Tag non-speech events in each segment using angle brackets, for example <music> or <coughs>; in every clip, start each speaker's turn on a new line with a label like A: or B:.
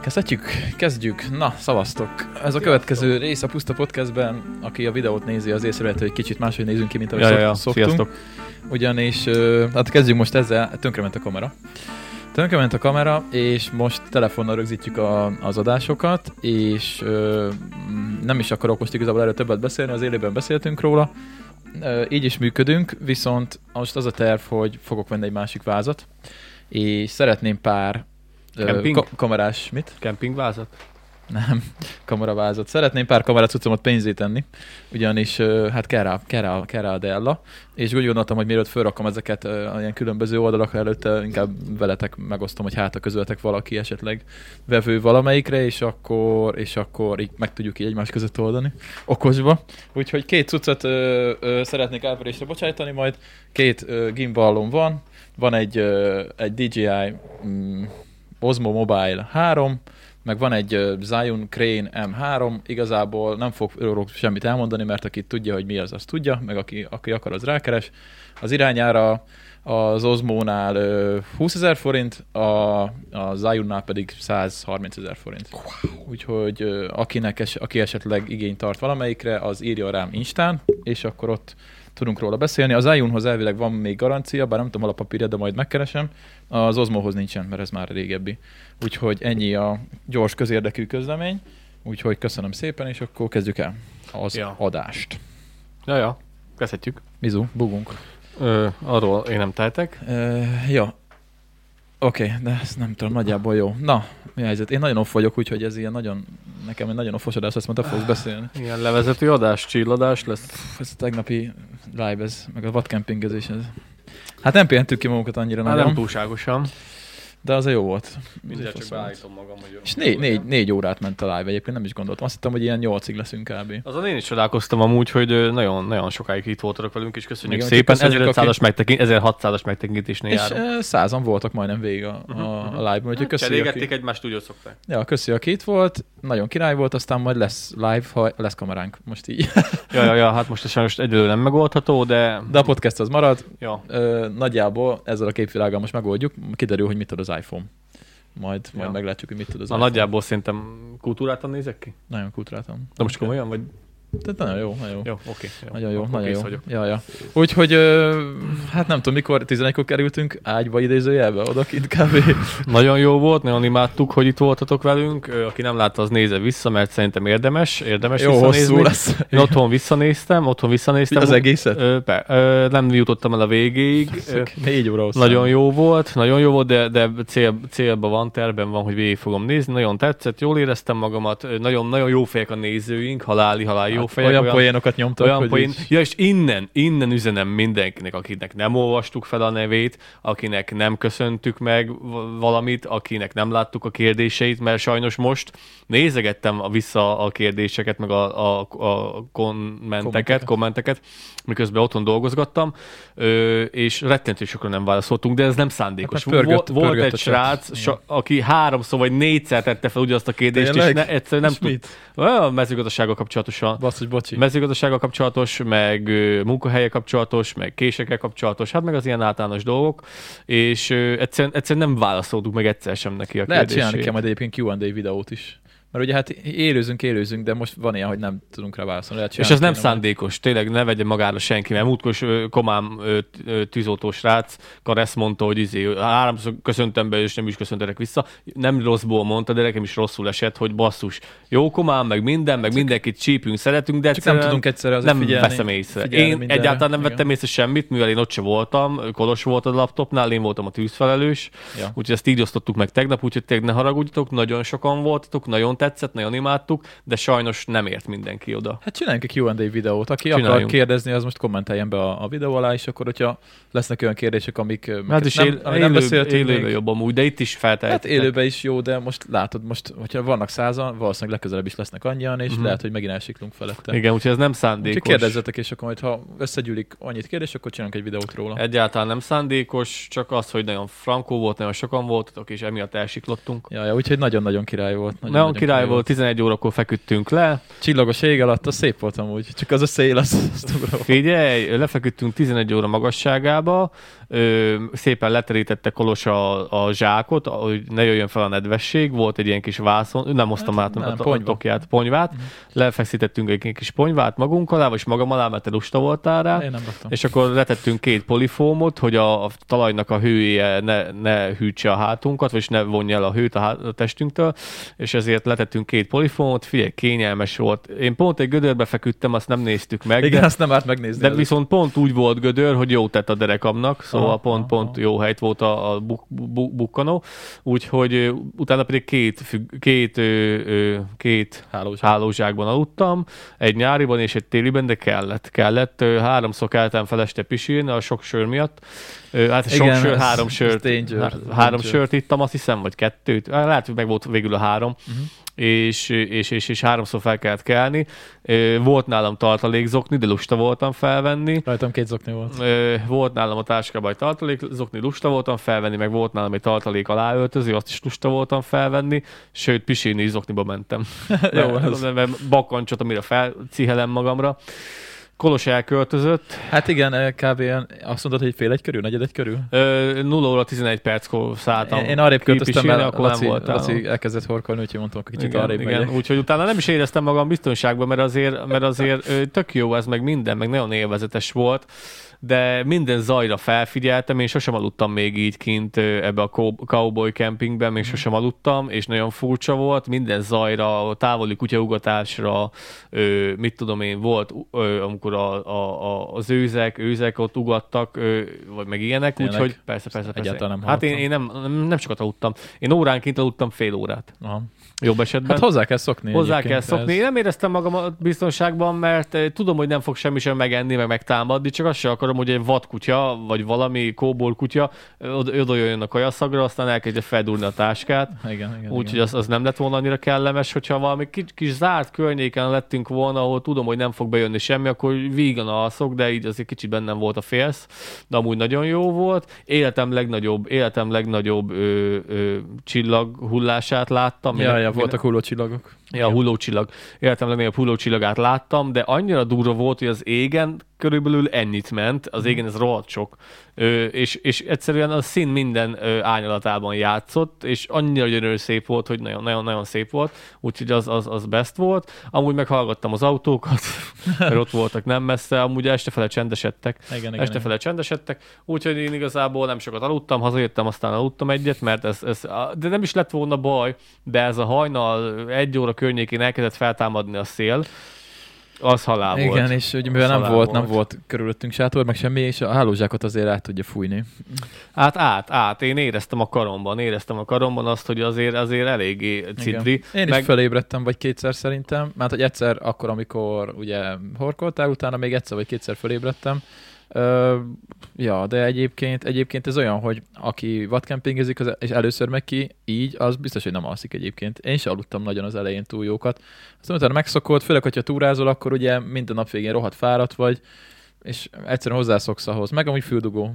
A: Kezdhetjük? Kezdjük. Na, szavaztok. Ez a következő rész a Puszta Podcastben. Aki a videót nézi, az észrevehető, hogy kicsit máshogy nézünk ki, mint ahogy
B: Ja, ja, ja,
A: szok- szoktunk.
B: sziasztok.
A: Ugyanis, ö, hát kezdjük most ezzel, tönkrement a kamera. Tönkrement a kamera, és most telefonnal rögzítjük a, az adásokat, és ö, m, nem is akarok most igazából erről többet beszélni, az élőben beszéltünk róla. Ö, így is működünk, viszont most az a terv, hogy fogok venni egy másik vázat, és szeretném pár ö,
B: Kemping?
A: ka- kamerás, mit?
B: Kempingvázat?
A: Nem, kamaravázat. Szeretném pár kameracucomat pénzét tenni, ugyanis ö, hát kell rá, kell rá, kell rá a Della, és úgy gondoltam, hogy mielőtt felrakom ezeket ö, ilyen különböző oldalakra előtte, inkább veletek megosztom, hogy hát a közöltek valaki esetleg vevő valamelyikre, és akkor, és akkor így meg tudjuk így egymás között oldani okosba. Úgyhogy két cuccot ö, ö, szeretnék áprilisra bocsájtani, majd két ö, gimballom van, van egy, ö, egy DJI mm, Osmo Mobile 3, meg van egy ö, Zion Crane M3, igazából nem fog róluk semmit elmondani, mert aki tudja, hogy mi az, az tudja, meg aki, aki akar, az rákeres. Az irányára az Osmónál ö, 20 ezer forint, a, a Zionnál pedig 130 ezer forint. Úgyhogy ö, akinek es, aki esetleg igényt tart valamelyikre, az írja rám Instán, és akkor ott tudunk róla beszélni. Az Zionhoz elvileg van még garancia, bár nem tudom hol a papírja, de majd megkeresem. Az Osmohoz nincsen, mert ez már régebbi. Úgyhogy ennyi a gyors közérdekű közlemény. Úgyhogy köszönöm szépen, és akkor kezdjük el az ja.
B: Ja.
A: adást.
B: Ja, ja, kezdhetjük.
A: Mizu, bugunk.
B: Ö, arról én nem tehetek.
A: Ö, ja. Oké, okay, de ezt nem tudom, nagyjából jó. Na, mi a helyzet? Én nagyon off vagyok, úgyhogy ez ilyen nagyon, nekem egy nagyon offos adás, azt mondta, fogsz beszélni.
B: Ilyen levezető adás, csilladás lesz.
A: Pff, ez a tegnapi live, ez, meg a vadkempingezés, ez. Hát nem pihentük ki magunkat annyira
B: Hát
A: nagyon,
B: nem
A: nem
B: túlságosan.
A: de az jó volt.
C: Mindjárt csak
A: Fasz volt.
C: beállítom magam, hogy...
A: És négy, négy, négy órát ment a live, egyébként nem is gondoltam. Azt hittem, hogy ilyen nyolcig leszünk kb.
B: Azon én is csodálkoztam amúgy, hogy ö, nagyon, nagyon sokáig itt voltatok velünk, és köszönjük
A: Igen,
B: Igen, szépen.
A: köszönjük,
B: 1500-as aki... megtekint, 1600-as megtekintésnél
A: És
B: járunk.
A: ö, százan voltak majdnem végig a,
B: Uh-huh,
A: a, a live-ban,
B: Hát,
A: úgyhogy köszi, aki,
C: Cserégették egymást, úgy hogy szokták.
A: ja, köszi, aki itt volt, nagyon király volt, aztán majd lesz live, ha lesz kameránk, most így. <laughs>
B: Ja, ja, ja, hát most ez sajnos egyelőre nem megoldható, de...
A: De a podcast az marad,
B: Ja,
A: Ö, nagyjából ezzel a képvilággal most megoldjuk, kiderül, hogy mit tud az iPhone. Majd, majd
B: Ja.
A: meglátjuk, hogy mit tud az
B: na
A: iPhone.
B: nagyjából szerintem kultúrátan nézek ki.
A: Nagyon kultúráltam.
B: De most komolyan, vagy?
A: Tehát nagyon jó, nagyon jó.
B: Jó, oké.
A: Nagyon jó,
B: Akkor
A: nagyon
B: kész
A: jó.
B: Vagyok.
A: Ja, ja. Úgyhogy, ö, hát nem tudom, mikor 11-kor kerültünk ágyba idézőjelbe, oda kint kb.
B: Nagyon jó volt, nagyon imádtuk, hogy itt voltatok velünk. Ö, Aki nem látta, az nézze vissza, mert szerintem érdemes, érdemes
A: Jó hosszú
B: visszanézni.
A: lesz.
B: Én otthon visszanéztem, otthon visszanéztem.
A: Az egészet?
B: Ö, pe, ö, nem jutottam el a végéig. Ö,
A: Négy óra hosszú.
B: nagyon jó volt, nagyon jó volt, de, de cél, célban van, terben van, hogy végig fogom nézni. Nagyon tetszett, jól éreztem magamat, ö, nagyon, nagyon jó fejek a nézőink, haláli, haláli jó fejek.
A: Hát, Olyan, olyan poénokat nyomtak,
B: Olyan
A: hogy
B: poén.
A: így-
B: Ja, és innen, innen üzenem mindenkinek, akinek nem olvastuk fel a nevét, akinek nem köszöntük meg v- valamit, akinek nem láttuk a kérdéseit, mert sajnos most nézegettem a- vissza a kérdéseket, meg a, a, a kommenteket, kommenteket, miközben otthon dolgozgattam, ö, és rettentő sokra nem válaszoltunk, de ez nem szándékos.
A: Hát mert pörgött-
B: Vol- volt
A: pörgött a
B: egy
A: chat.
B: srác,
A: Igen.
B: sa, aki háromszor vagy négyszer tette fel ugyanazt a kérdést,
A: Tényleg?
B: és ne, egyszerűen nem
A: És
B: tud.
A: mit?
B: Olyan A mezőgazdasággal kapcsolatosan.
A: Basszus, bocsi.
B: Mezőgazdasággal kapcsolatos, meg ö, munkahelye kapcsolatos, meg késekkel kapcsolatos, hát meg az ilyen általános dolgok, és ö, egyszerűen, egyszerűen nem válaszoltuk meg egyszer sem neki a
A: Lehet
B: kérdését.
A: csinálni kell majd egyébként Q&A videót is. Mert ugye hát élőzünk, élőzünk, de most van ilyen, hogy nem tudunk rá válaszolni. Lehet
B: És ez
A: csinálni
B: nem
A: kéne majd.
B: szándékos, tényleg ne vegye magára senki, mert múltkor is, ö, komám ö, t- ö, tűzoltó srác, Karesz mondta, hogy izé, ö, háromszor köszöntem be, és nem is köszöntelek vissza. Nem rosszból mondta, de nekem is rosszul esett, hogy basszus, jó komám, meg minden, meg mindenkit csípünk, szeretünk, de
A: Csak
B: egyszerűen
A: nem tudunk egyszerre azért
B: nem
A: figyelni.
B: veszem észre.
A: figyelni
B: Én
A: mindenre.
B: egyáltalán nem
A: Igen.
B: vettem észre semmit, mivel én ott se voltam, Kolos volt a laptopnál, én voltam a tűzfelelős,
A: Ja.
B: ja. úgyhogy ezt így osztottuk meg tegnap, úgyhogy tényleg ne haragudjatok, nagyon sokan voltatok, nagyon tetszett, nagyon imádtuk, de sajnos nem ért mindenki oda.
A: Hát csináljunk egy Q&A videót. Aki akar
B: Csináljunk.
A: kérdezni, az most kommenteljen be a, a videó alá, és akkor, hogyha lesznek olyan kérdések, amik ö, amiket
B: Hát is
A: nem,
B: él,
A: ami
B: élő,
A: nem beszéltünk
B: élőben
A: még.
B: jobb amúgy, de itt is
A: Hát
B: feltehetett.
A: élőben is jó, de most látod, most, hogyha vannak százan, valószínűleg legközelebb is lesznek annyian, és
B: Mhm.
A: lehet, hogy megint elsiklunk felette.
B: Igen, úgyhogy ez nem
A: Úgyhogy
B: szándékos.
A: kérdezzetek, és akkor majd, ha összegyűlik annyit kérdés, akkor csinálunk egy videót róla.
B: Egyáltalán nem szándékos, csak az, hogy nagyon frankó volt, nagyon sokan voltatok, és emiatt elsiklottunk.
A: Ja, ja, úgyhogy nagyon-nagyon király volt.
B: Nagyon, nagyon király volt, 11 órakor feküdtünk le.
A: Csillagos ég alatt, az szép volt amúgy. Csak az a szél, az, az ugró.
B: Figyelj, lefeküdtünk 11 óra magasságába, ö, szépen leterítette Kolos a, a zsákot, hogy ne jöjjön fel a nedvesség, volt egy ilyen kis vászon, nem hoztam
A: Hát
B: hát, át
A: nem,
B: nem, a, a
A: ponyva. Mhm.
B: tokját, ponyvát, lefeszítettünk egy ilyen kis ponyvát magunk alá, vagy magam alá, mert te lusta voltál rá,
A: Én nem raktam.
B: és akkor letettünk két polifómot, hogy a, a talajnak a hője ne, ne hűtse a hátunkat, vagy ne vonja el a hőt a, há- a testünktől, és ezért letettünk két polifómot, figyelj, kényelmes volt. Én pont egy gödörbe feküdtem, azt nem néztük meg,
A: Igen,
B: de,
A: azt nem árt megnézni.
B: de
A: előtt.
B: viszont pont úgy volt gödör, hogy jó tett a derekamnak, szóval
A: Aha,
B: pont, pont jó helyt volt a, a buk, buk, bukkanó, úgyhogy ö, utána pedig két, függ- két, ö, ö, két
A: Hálós.
B: hálózsákban aludtam, egy nyáriban és egy téliben, de kellett. Kellett, Ö, háromszor keltem fel este pisilni a sok sör miatt. Ö, Hát sok
A: Igen,
B: sör,
A: ez-
B: három
A: ez
B: sört,
A: danger,
B: há-
A: ez
B: három
A: danger.
B: sört ittam, azt hiszem, vagy kettőt. Á, Lehet, hogy meg volt végül a három.
A: Mhm.
B: Uh-huh. És, és, és, és, háromszor fel kellett kelni. Ö, Volt nálam tartalékzokni, de lusta voltam felvenni.
A: Rajtam két zokni volt.
B: Ö, volt nálam a táskában egy tartalék, zokni lusta voltam felvenni, meg volt nálam egy tartalék aláöltöző, azt is lusta voltam felvenni, sőt, pisilni is zokniba mentem.
A: <laughs> Jó,
B: mert,
A: ez-
B: mert, mert bakancsot, amire felcihelem magamra. Kolos elköltözött,
A: Hát igen, eh, kb. olyan- azt mondod, hogy fél egy körül, negyed egy körül?
B: Ö, 0 óra 11 perckor szálltam.
A: Én, én arrébb költöztem,
B: kipisilni,
A: mert
B: akkor nem
A: Laci,
B: voltál.
A: Laci elkezdett horkolni, úgyhogy mondtam, hogy kicsit
B: igen,
A: arrébb
B: igen.
A: megyek.
B: úgyhogy utána nem is éreztem magam biztonságban, mert azért, mert azért ö, tök jó ez, meg minden, meg nagyon élvezetes volt, de minden zajra felfigyeltem, én sosem aludtam még így kint ö, ebbe a cow- cowboy campingben,
A: Mhm.
B: még sosem aludtam, és nagyon furcsa volt, minden zajra, távoli kutyaugatásra, ö, mit tudom én, volt, ö, amikor a, a, a, az őzek, őzek ott ugattak, ö, vagy meg ilyenek,
A: Tényleg?
B: úgyhogy persze, persze, persze.
A: Egyáltalán nem
B: hát én, én
A: hallottam.
B: nem, nem, nem sokat aludtam. Én óránként aludtam fél órát.
A: Aha.
B: Jobb esetben.
A: Hát hozzá kell szokni.
B: Hozzá kell
A: egyébként,
B: szokni. Én
A: ez-
B: nem éreztem magam a biztonságban, mert eh, tudom, hogy nem fog semmi sem megenni, meg megtámadni, csak azt sem akarom, hogy egy vadkutya, vagy valami kóbor kutya oda jön a kajaszagra, aztán elkezdje feldúrni a táskát.
A: Igen, igen.
B: Úgyhogy
A: igen.
B: az, az nem lett volna annyira kellemes, hogyha valami kis, kis zárt környéken lettünk volna, ahol tudom, hogy nem fog bejönni semmi, akkor vígan alszok, de így azért kicsit bennem volt a félsz, de amúgy nagyon jó volt. Életem legnagyobb, életem legnagyobb ö, ö, csillag hullását láttam. Én
A: Ja,
B: nem-
A: ja,
B: én-
A: voltak hullócsillagok.
B: Ja, a hullócsillag. Életem legnagyobb hullócsillagát láttam, de annyira durva volt, hogy az égen körülbelül ennyit ment, az égen ez rohadt sok, ö, és, és egyszerűen a szín minden ö, árnyalatában játszott, és annyira gyönyörű szép volt, hogy nagyon-nagyon szép volt, úgyhogy az, az, az best volt. Amúgy meghallgattam az autókat, <laughs> mert ott voltak nem messze, amúgy estefele csendesedtek.
A: Igen, igen. igen.
B: Estefele csendesedtek, úgyhogy én igazából nem sokat aludtam, hazajöttem, aztán aludtam egyet, mert ez, ez, de nem is lett volna baj, de ez a hajnal egy óra környékén elkezdett feltámadni a szél, az halál volt.
A: Igen, és ugye, mivel nem
B: Szalá
A: volt, nem
B: volt.
A: volt körülöttünk sátor, meg semmi, és a hálózsákot azért át tudja fújni.
B: Hát át, át, én éreztem a karomban, éreztem a karomban azt, hogy azért, azért eléggé cidri.
A: Igen. Én is
B: meg-
A: meg... felébredtem, vagy kétszer szerintem. Mert hogy egyszer akkor, amikor ugye horkoltál, utána még egyszer vagy kétszer felébredtem. Ö, ja, de egyébként, egyébként ez olyan, hogy aki vadkempingezik, az- és először megy ki, így, az biztos, hogy nem alszik egyébként. Én se aludtam nagyon az elején túl jókat. Aztán utána megszokott, főleg, hogyha túrázol, akkor ugye minden nap végén rohadt fáradt vagy, és egyszerűen hozzászoksz ahhoz. Meg amúgy füldugó.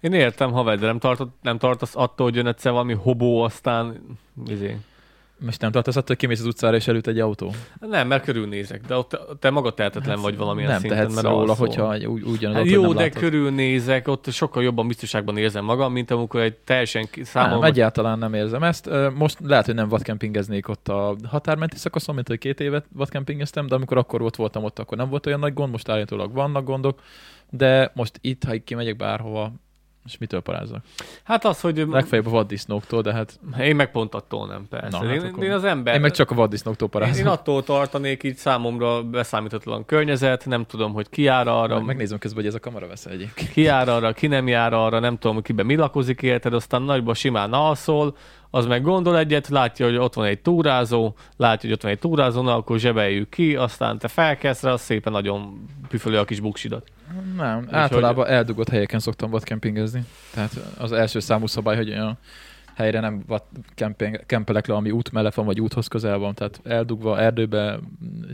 B: Én értem, ha de nem, tartott, nem tartasz attól, hogy jön egyszer valami hobó, aztán... Izé.
A: Most nem tartasz attól, hogy kimész az utcára, és előtt egy autó.
B: Nem, mert körülnézek, de ott te maga tehetetlen vagy valamilyen
A: Hát nem
B: szinten.
A: tehetsz
B: mert
A: róla,
B: alszol.
A: hogyha úgy, ugyanaz
B: Hát
A: ott,
B: jó,
A: hogy nem
B: de
A: látod.
B: körülnézek, ott sokkal jobban biztonságban érzem magam, mint amikor egy teljesen ki-
A: Nem,
B: számomra...
A: egyáltalán nem érzem ezt. Ö, Most lehet, hogy nem vadkempingeznék ott a határmenti szakaszon, mint hogy két évet vadkempingeztem, de amikor akkor ott voltam ott, akkor nem volt olyan nagy gond, most állítólag vannak gondok, de most itt, ha kimegyek bárhova, és mitől parázzak?
B: Hát az, hogy
A: Legfeljebb a vaddisznóktól, de hát
B: én meg pont attól nem, persze.
A: Na,
B: Na,
A: hát
B: én,
A: akkor-
B: én, az ember...
A: én meg csak a vaddisznóktól
B: én, én
A: parázok.
B: attól tartanék így számomra beszámítatlan környezet, nem tudom, hogy ki jár arra,
A: Meg, megnézem közben, hogy ez a kamera vesz egyébként.
B: ki jár arra, ki nem jár arra, nem tudom, hogy kiben mi lakozik, érted, aztán nagyba simán alszol, az meg gondol egyet, látja, hogy ott van egy túrázó, látja, hogy ott van egy túrázó, na, akkor zsebeljük ki, aztán te felkelsz rá, az szépen nagyon püfölő a kis buksidat.
A: Nem, általában eldugott helyeken szoktam vadkempingezni. Tehát az első számú szabály, hogy olyan helyre nem vad kemping- kempelek le, ami út mellett van, vagy úthoz közel van. Tehát eldugva erdőbe, m,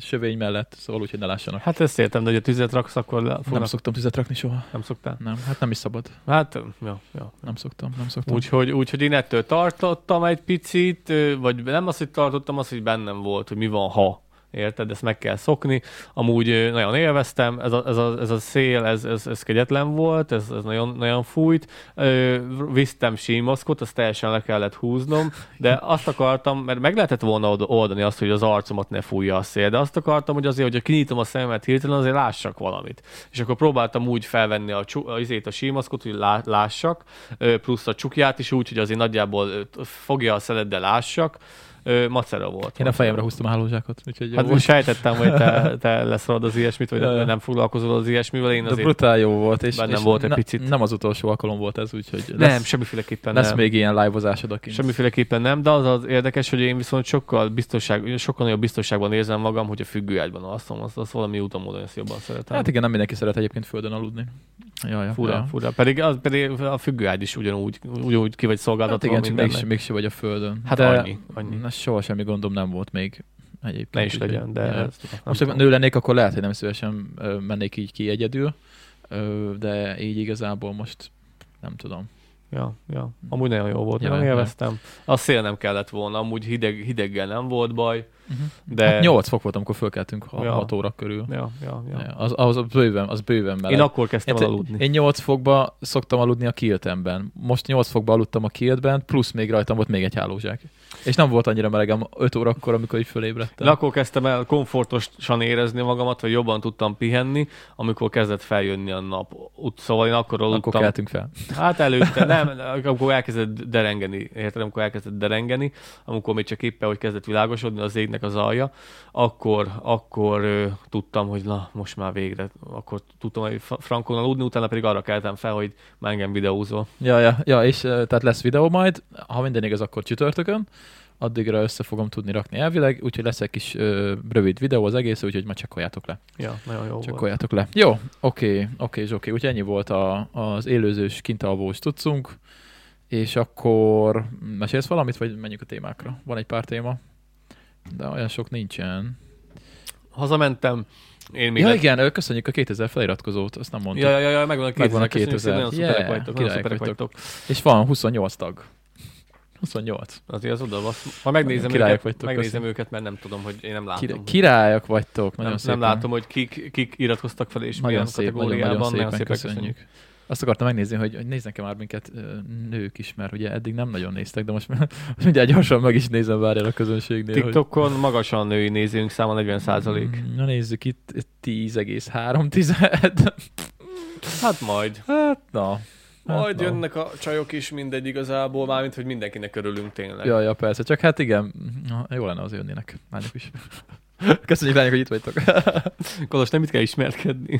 A: sövény mellett, szóval úgy, hogy ne lássanak.
B: Hát ezt értem, de hogy a tüzet raksz, akkor le,
A: Nem
B: fognak,
A: szoktam tüzet rakni soha.
B: nem szoktál.
A: Nem, hát nem is szabad.
B: Hát, ja, ja.
A: Nem szoktam, nem szoktam.
B: Úgyhogy, úgyhogy én ettől tartottam egy picit, ö, vagy nem azt, hogy tartottam, azt, hogy bennem volt, hogy mi van, ha. Érted? Ezt meg kell szokni. Amúgy ö, nagyon élveztem, ez a, ez a, ez a szél, ez, ez, ez kegyetlen volt, ez, ez nagyon, nagyon fújt. Ö, visztem símoszkot, azt teljesen le kellett húznom, de azt akartam, mert meg lehetett volna old- oldani azt, hogy az arcomat ne fújja a szél, de azt akartam, hogy azért, hogyha kinyitom a szememet hirtelen, azért lássak valamit. És akkor próbáltam úgy felvenni a, csu- a, izét, a símaszkot, hogy lá- lássak, ö, plusz a csukját is úgy, hogy azért nagyjából ö, fogja a szelet, de lássak. Ö, Macera volt.
A: Én a fejemre húztam a hálózsákot, úgyhogy jó
B: Hát
A: volt.
B: most sejtettem, hogy te, te leszarod az ilyesmit, vagy
A: Ja, ja.
B: nem foglalkozol az ilyesmivel. Én
A: De
B: azért
A: brutál jó volt, és,
B: bennem
A: és
B: volt egy picit.
A: nem az utolsó alkalom volt ez, úgyhogy
B: nem,
A: lesz,
B: semmiféleképpen
A: lesz
B: nem.
A: még ilyen live-ozásod akint.
B: Semmiféleképpen nem, de az az érdekes, hogy én viszont sokkal, biztonság, sokkal nagyobb biztonságban érzem magam, hogy a függőágyban alszom, azt, azt valami úton módon ezt jobban szeretem.
A: Hát igen, nem mindenki szeret egyébként földön aludni. Jaj, jaj,
B: fura,
A: jaj.
B: fura. Pedig, az, pedig a függőágy is ugyanúgy, ugyanúgy ki vagy
A: Hát
B: szolgáltatva
A: igen, csak
B: mindennek.
A: mégse, mégse vagy a földön.
B: Hát de... annyi, annyi.
A: Na, soha semmi gondom nem volt még egyébként.
B: Ne is
A: úgyhogy-
B: legyen, de...
A: Ja.
B: ezt nem
A: Most, ha
B: tudom.
A: nő lennék, akkor lehet, hogy nem szívesen ö, mennék így ki egyedül, ö, de így igazából most nem tudom.
B: Ja, ja. Amúgy nagyon jó volt,
A: Ja,
B: ja, nagyon
A: ja.
B: élveztem. A szél nem kellett volna, amúgy hideg, hideggel nem volt baj, Mhm. de...
A: Hát 8 fok volt, amikor fölkeltünk
B: Ja.
A: 6 óra körül.
B: Ja, ja, ja.
A: Ja, Az, az, az bőven, az bőven meleg.
B: Én akkor kezdtem
A: Én-
B: el aludni.
A: Én 8 fokba szoktam aludni a kiltemben. Most 8 fokba aludtam a kiltben, plusz még rajtam volt még egy hálózsák. És nem volt annyira melegem 5 órakor, amikor így fölébredtem.
B: Én akkor kezdtem el komfortosan érezni magamat, vagy jobban tudtam pihenni, amikor kezdett feljönni a nap. Ut, szóval én akkor
A: akkor
B: aludtam.
A: keltünk fel.
B: Hát előtte, nem, amikor elkezdett derengeni, érted, amikor elkezdett derengeni, amikor még csak éppen, hogy kezdett világosodni az égnek az alja, akkor, akkor ö, tudtam, hogy na, most már végre, akkor tudtam, hogy fa- frankon aludni, utána pedig arra keltem fel, hogy már engem videózol.
A: Ja, ja, ja, és ö, tehát lesz videó majd, ha minden igaz, akkor csütörtökön, addigra össze fogom tudni rakni elvileg, úgyhogy lesz egy kis ö, rövid videó az egész, úgyhogy ma csekkoljátok le.
B: Ja, nagyon jó volt.
A: Csekkoljátok le. Jó, oké, oké, és oké, úgyhogy ennyi volt a, az élőzős kintalvós tudszunk, és akkor mesélsz valamit, vagy menjünk a témákra? Van egy pár téma, de olyan sok nincsen.
B: Hazamentem, én még
A: ja,
B: le-
A: igen, ö, köszönjük a 2000 feliratkozót, azt nem mondtuk.
B: Ja, ja, ja, ja, megvan a 2000,
A: Megvan a
B: köszönjük
A: 2000.
B: szépen, Nagyon
A: Yeah,
B: szuperek vagytok, nagyon
A: királyok
B: szuperek
A: vagytok.
B: vagytok.
A: És van 28 tag. 28.
B: Azért az oda, basz. ha megnézem,
A: Királyok
B: őket,
A: vagytok,
B: megnézem
A: köszi.
B: őket, mert nem tudom, hogy én nem látom.
A: Kir-
B: hogy-
A: királyok vagytok, nagyon
B: nem,
A: szépen.
B: nem látom, hogy kik, kik iratkoztak fel, és milyen
A: nagyon szép, nagyon,
B: kategóriában.
A: nagyon szépen,
B: nagyon szépen
A: köszönjük. Azt akartam megnézni, hogy, hogy néznek-e már minket ö, nők is, mert ugye eddig nem nagyon néztek, de most <laughs> már- mindjárt gyorsan meg is nézem, várjál a közönségnél.
B: TikTokon magasan női nézőnk száma 40
A: Hogy...
B: százalék.
A: Mm, Na nézzük itt, 10,3 tized. <laughs>
B: Hát majd.
A: Hát na. Hát,
B: Majd
A: na.
B: jönnek a csajok is mindegy igazából, mármint, hogy mindenkinek örülünk tényleg.
A: Ja, ja, persze, csak hát igen, na, jó lenne az jönnének, lányok
B: <laughs>
A: is. Köszönjük lányok, hogy itt vagytok.
B: <laughs> Kolos, nem itt kell ismerkedni.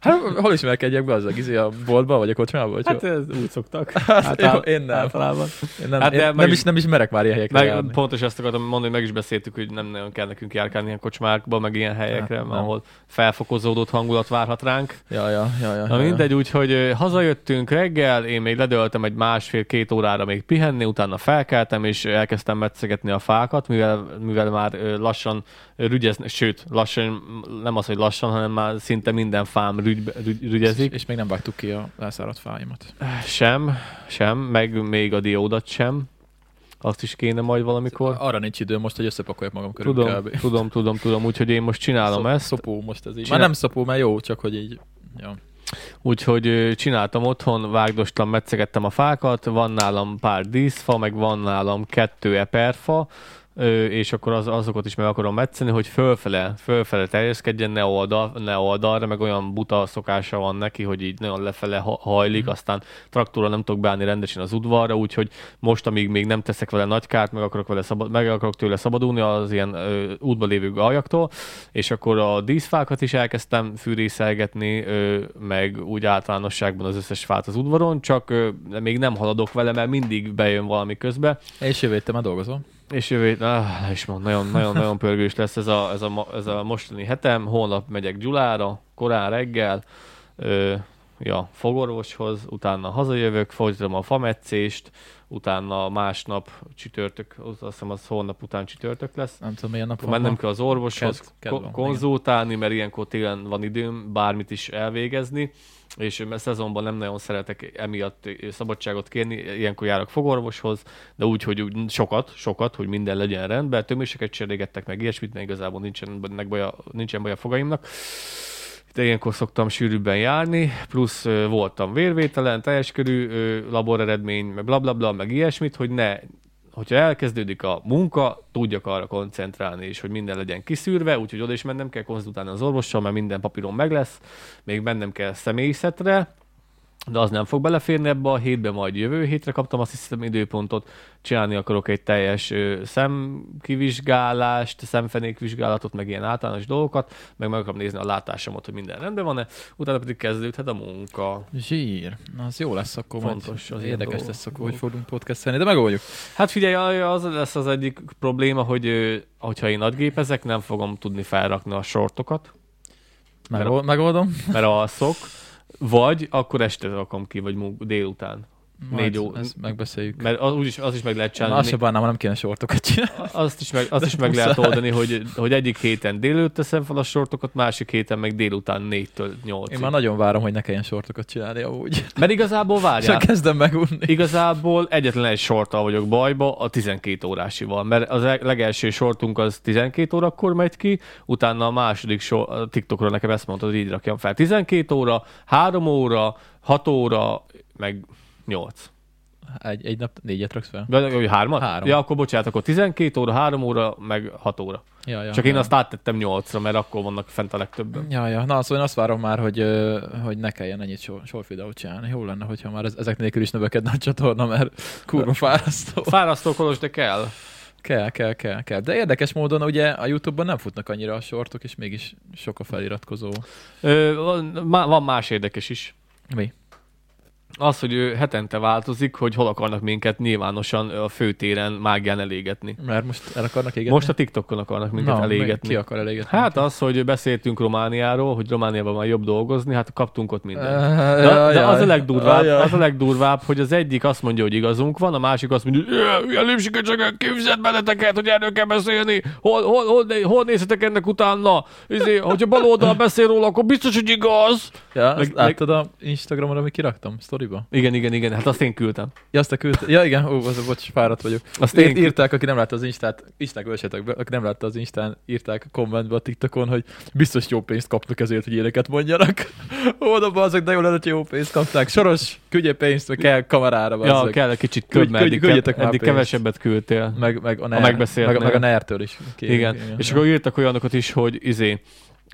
A: Hát, hol ismerkedjek be az a Gizi, a boltba, vagy a kocsmába? Vagy
B: Hát
A: hát,
B: ez úgy szoktak.
A: <laughs> jó, én nem.
B: Általában.
A: én nem,
B: hát
A: hát,
B: de
A: én
B: meg
A: nem,
B: is-
A: is, nem is merek már ilyen helyekre
B: Meg,
A: járni.
B: pontosan ezt akartam mondani, hogy meg is beszéltük, hogy nem nagyon kell nekünk járkálni ilyen kocsmákba, meg ilyen helyekre,
A: nem.
B: ahol felfokozódott hangulat várhat ránk.
A: Ja, ja, ja, ja,
B: Na
A: ja, ja.
B: mindegy, úgyhogy ö, hazajöttünk reggel, én még ledöltem egy másfél-két órára még pihenni, utána felkeltem, és elkezdtem metszegetni a fákat, mivel, mivel már ö, lassan rügyeznek, sőt, lassan, nem az, hogy lassan, hanem már szinte minden fám rügy, rügy, rügyezik.
A: És, és még nem vágtuk ki a elszáradt fáimat.
B: Sem, sem, meg még a diódat sem. Azt is kéne majd valamikor.
A: Arra nincs idő most, hogy összepakoljak magam körül
B: Tudom,
A: kb.
B: tudom, tudom, tudom, úgyhogy én most csinálom
A: Szop-
B: ezt.
A: Szopó most ez így.
B: Csinál-
A: Már nem szopó, mert jó, csak hogy így. Ja.
B: Úgyhogy ö, csináltam otthon, vágdostam, metszegettem a fákat, van nálam pár díszfa, meg van nálam kettő eperfa, ö, és akkor az, azokat is meg akarom metszeni, hogy fölfele, fölfele terjeszkedjen, ne, oldal, ne oldalra, meg olyan buta szokása van neki, hogy így nagyon lefele ha- hajlik, aztán traktorra nem tudok beállni rendesen az udvarra, úgyhogy most, amíg még nem teszek vele nagy kárt, meg akarok, vele szabad, meg akarok tőle szabadulni az ilyen ö, útba lévő galjaktól, és akkor a díszfákat is elkezdtem fűrészelgetni, ö, meg úgy általánosságban az összes fát az udvaron, csak ö, még nem haladok vele, mert mindig bejön valami közbe,
A: És jövő héten már dolgozom.
B: és jövő hét, ah, is mond, nagyon, nagyon, nagyon pörgős lesz ez a, ez, a, ma- ez a mostani hetem, holnap megyek Gyulára, korán reggel, ö, ja, fogorvoshoz, utána hazajövök, folytatom a fametszést, utána másnap csütörtök, azt hiszem az holnap után csütörtök lesz.
A: Nem tudom, milyen nap van.
B: Mennem
A: ma.
B: kell az orvoshoz
A: Kedd- kedd
B: ko-
A: van,
B: konzultálni, mert ilyenkor télen van időm bármit is elvégezni, és mert szezonban nem nagyon szeretek emiatt szabadságot kérni, ilyenkor járok fogorvoshoz, de úgy, hogy úgy sokat, sokat, hogy minden legyen rendben, töméseket cserégettek meg ilyesmit, mert igazából nincsen, ennek baj a, nincsen baj a fogaimnak. De ilyenkor szoktam sűrűbben járni, plusz ö, voltam vérvételen, teljes körű ö, laboreredmény, meg blablabla, bla, bla, meg ilyesmit, hogy ne, hogyha elkezdődik a munka, tudjak arra koncentrálni, és hogy minden legyen kiszűrve, úgyhogy oda is mennem kell konzultálni az orvossal, mert minden papíron meg lesz, még mennem kell személyzetre, de az nem fog beleférni ebbe a hétbe, majd jövő hétre kaptam azt hiszem időpontot, csinálni akarok egy teljes ö, szemkivizsgálást, szemfenékvizsgálatot, meg ilyen általános dolgokat, meg meg akarom nézni a látásomat, hogy minden rendben van-e, utána pedig kezdődhet a munka.
A: Zsír. Na, az jó lesz akkor. majd.
B: Fontos az ilyen
A: Érdekes
B: dolgok.
A: lesz akkor, hogy fogunk podcastelni, de megoldjuk.
B: Hát figyelj, az lesz az egyik probléma, hogy ö, hogyha én nagygépezek, nem fogom tudni felrakni a sortokat,
A: Megold, megoldom.
B: mert alszok, vagy akkor este rakom ki, vagy munk- délután.
A: Majd
B: Négy ó-
A: Ezt megbeszéljük.
B: Mert az, úgyis, az is meg lehet
A: Én
B: csinálni.
A: azt se bánnám, ha nem kéne sortokat csinálni.
B: Azt is meg, azt is meg lehet oldani, hogy, hogy egyik héten délőtt teszem fel a sortokat, másik héten meg délután 4-től
A: Én
B: 8
A: már nagyon várom, hogy ne kelljen sortokat csinálni amúgy.
B: Mert igazából
A: Csak
B: várjál,
A: kezdem megunni.
B: igazából egyetlen egy sorttal vagyok bajba, a 12 órásival, mert az el- legelső sortunk az 12 órakor megy ki, utána a második sor, a TikTokra nekem ezt mondta, hogy így rakjam fel. 12 óra, 3 óra, 6 óra, meg 8.
A: Egy, egy nap négyet raksz fel.
B: Vagy vagy hármat?
A: Három.
B: Ja, akkor bocsánat, akkor 12 óra, 3 óra, meg 6 óra.
A: Ja, ja,
B: Csak én
A: ja.
B: azt áttettem 8-ra, mert akkor vannak fent a legtöbben.
A: Ja, ja. Na, szóval én azt várom már, hogy, ö, hogy ne kelljen ennyit sor- short videót csinálni. Jó lenne, hogyha már ez, ezek nélkül is növekedne a csatorna, mert kurva fárasztó.
B: Fárasztó kolos, de kell.
A: Kell, kell, kell, kell. De érdekes módon ugye a YouTube-ban nem futnak annyira a sortok, és mégis sok a feliratkozó.
B: Ö, van, má- van más érdekes is.
A: Mi?
B: Az, hogy ő hetente változik, hogy hol akarnak minket nyilvánosan a főtéren mágián elégetni.
A: Mert most el akarnak égetni?
B: Most a TikTokon akarnak minket
A: Na,
B: elégetni.
A: Ki akar elégetni?
B: Hát az, hogy beszéltünk Romániáról, hogy Romániában már jobb dolgozni, hát kaptunk ott
A: Uh,
B: mindent. De, de az, a legdurvább, az a legdurvább, hogy az egyik azt mondja, hogy igazunk van, a másik azt mondja, hogy "Jö, hülye lipsika, csak kifizet benneteket, hogy erről kell beszélni, hol, hol, hol, né- hol nézhetek ennek utána, Izé, hogyha bal oldal beszél róla, akkor biztos, hogy igaz.
A: Ja, meg,
B: meg-
A: láttad a Instagramon, amit kiraktam, sztoriba?
B: Igen, igen, igen, hát azt én küldtem.
A: Ja, azt a küld... Ja, igen, ó, az a bocs, fáradt vagyok.
B: Azt
A: Írt,
B: én írt.
A: írták, aki nem látta az Instát, Instán kövessetek be, aki nem látta az Instán, írták a kommentbe a TikTokon, hogy biztos jó pénzt kapnak ezért, hogy ilyeneket mondjanak. <laughs> Oda azok, de jól lenne, hogy jó pénzt kapták. Soros, küldje pénzt, meg kell kamerára.
B: Ja,
A: bazzeg.
B: kell egy kicsit
A: Küldj-
B: több, mert eddig,
A: küldj- küldjetek már
B: eddig
A: pénzt.
B: kevesebbet küldtél.
A: Meg, meg a, NER, meg,
B: megbeszéltnél.
A: meg a NER-től is. kérünk,
B: igen. És akkor írtak olyanokat is, hogy izé,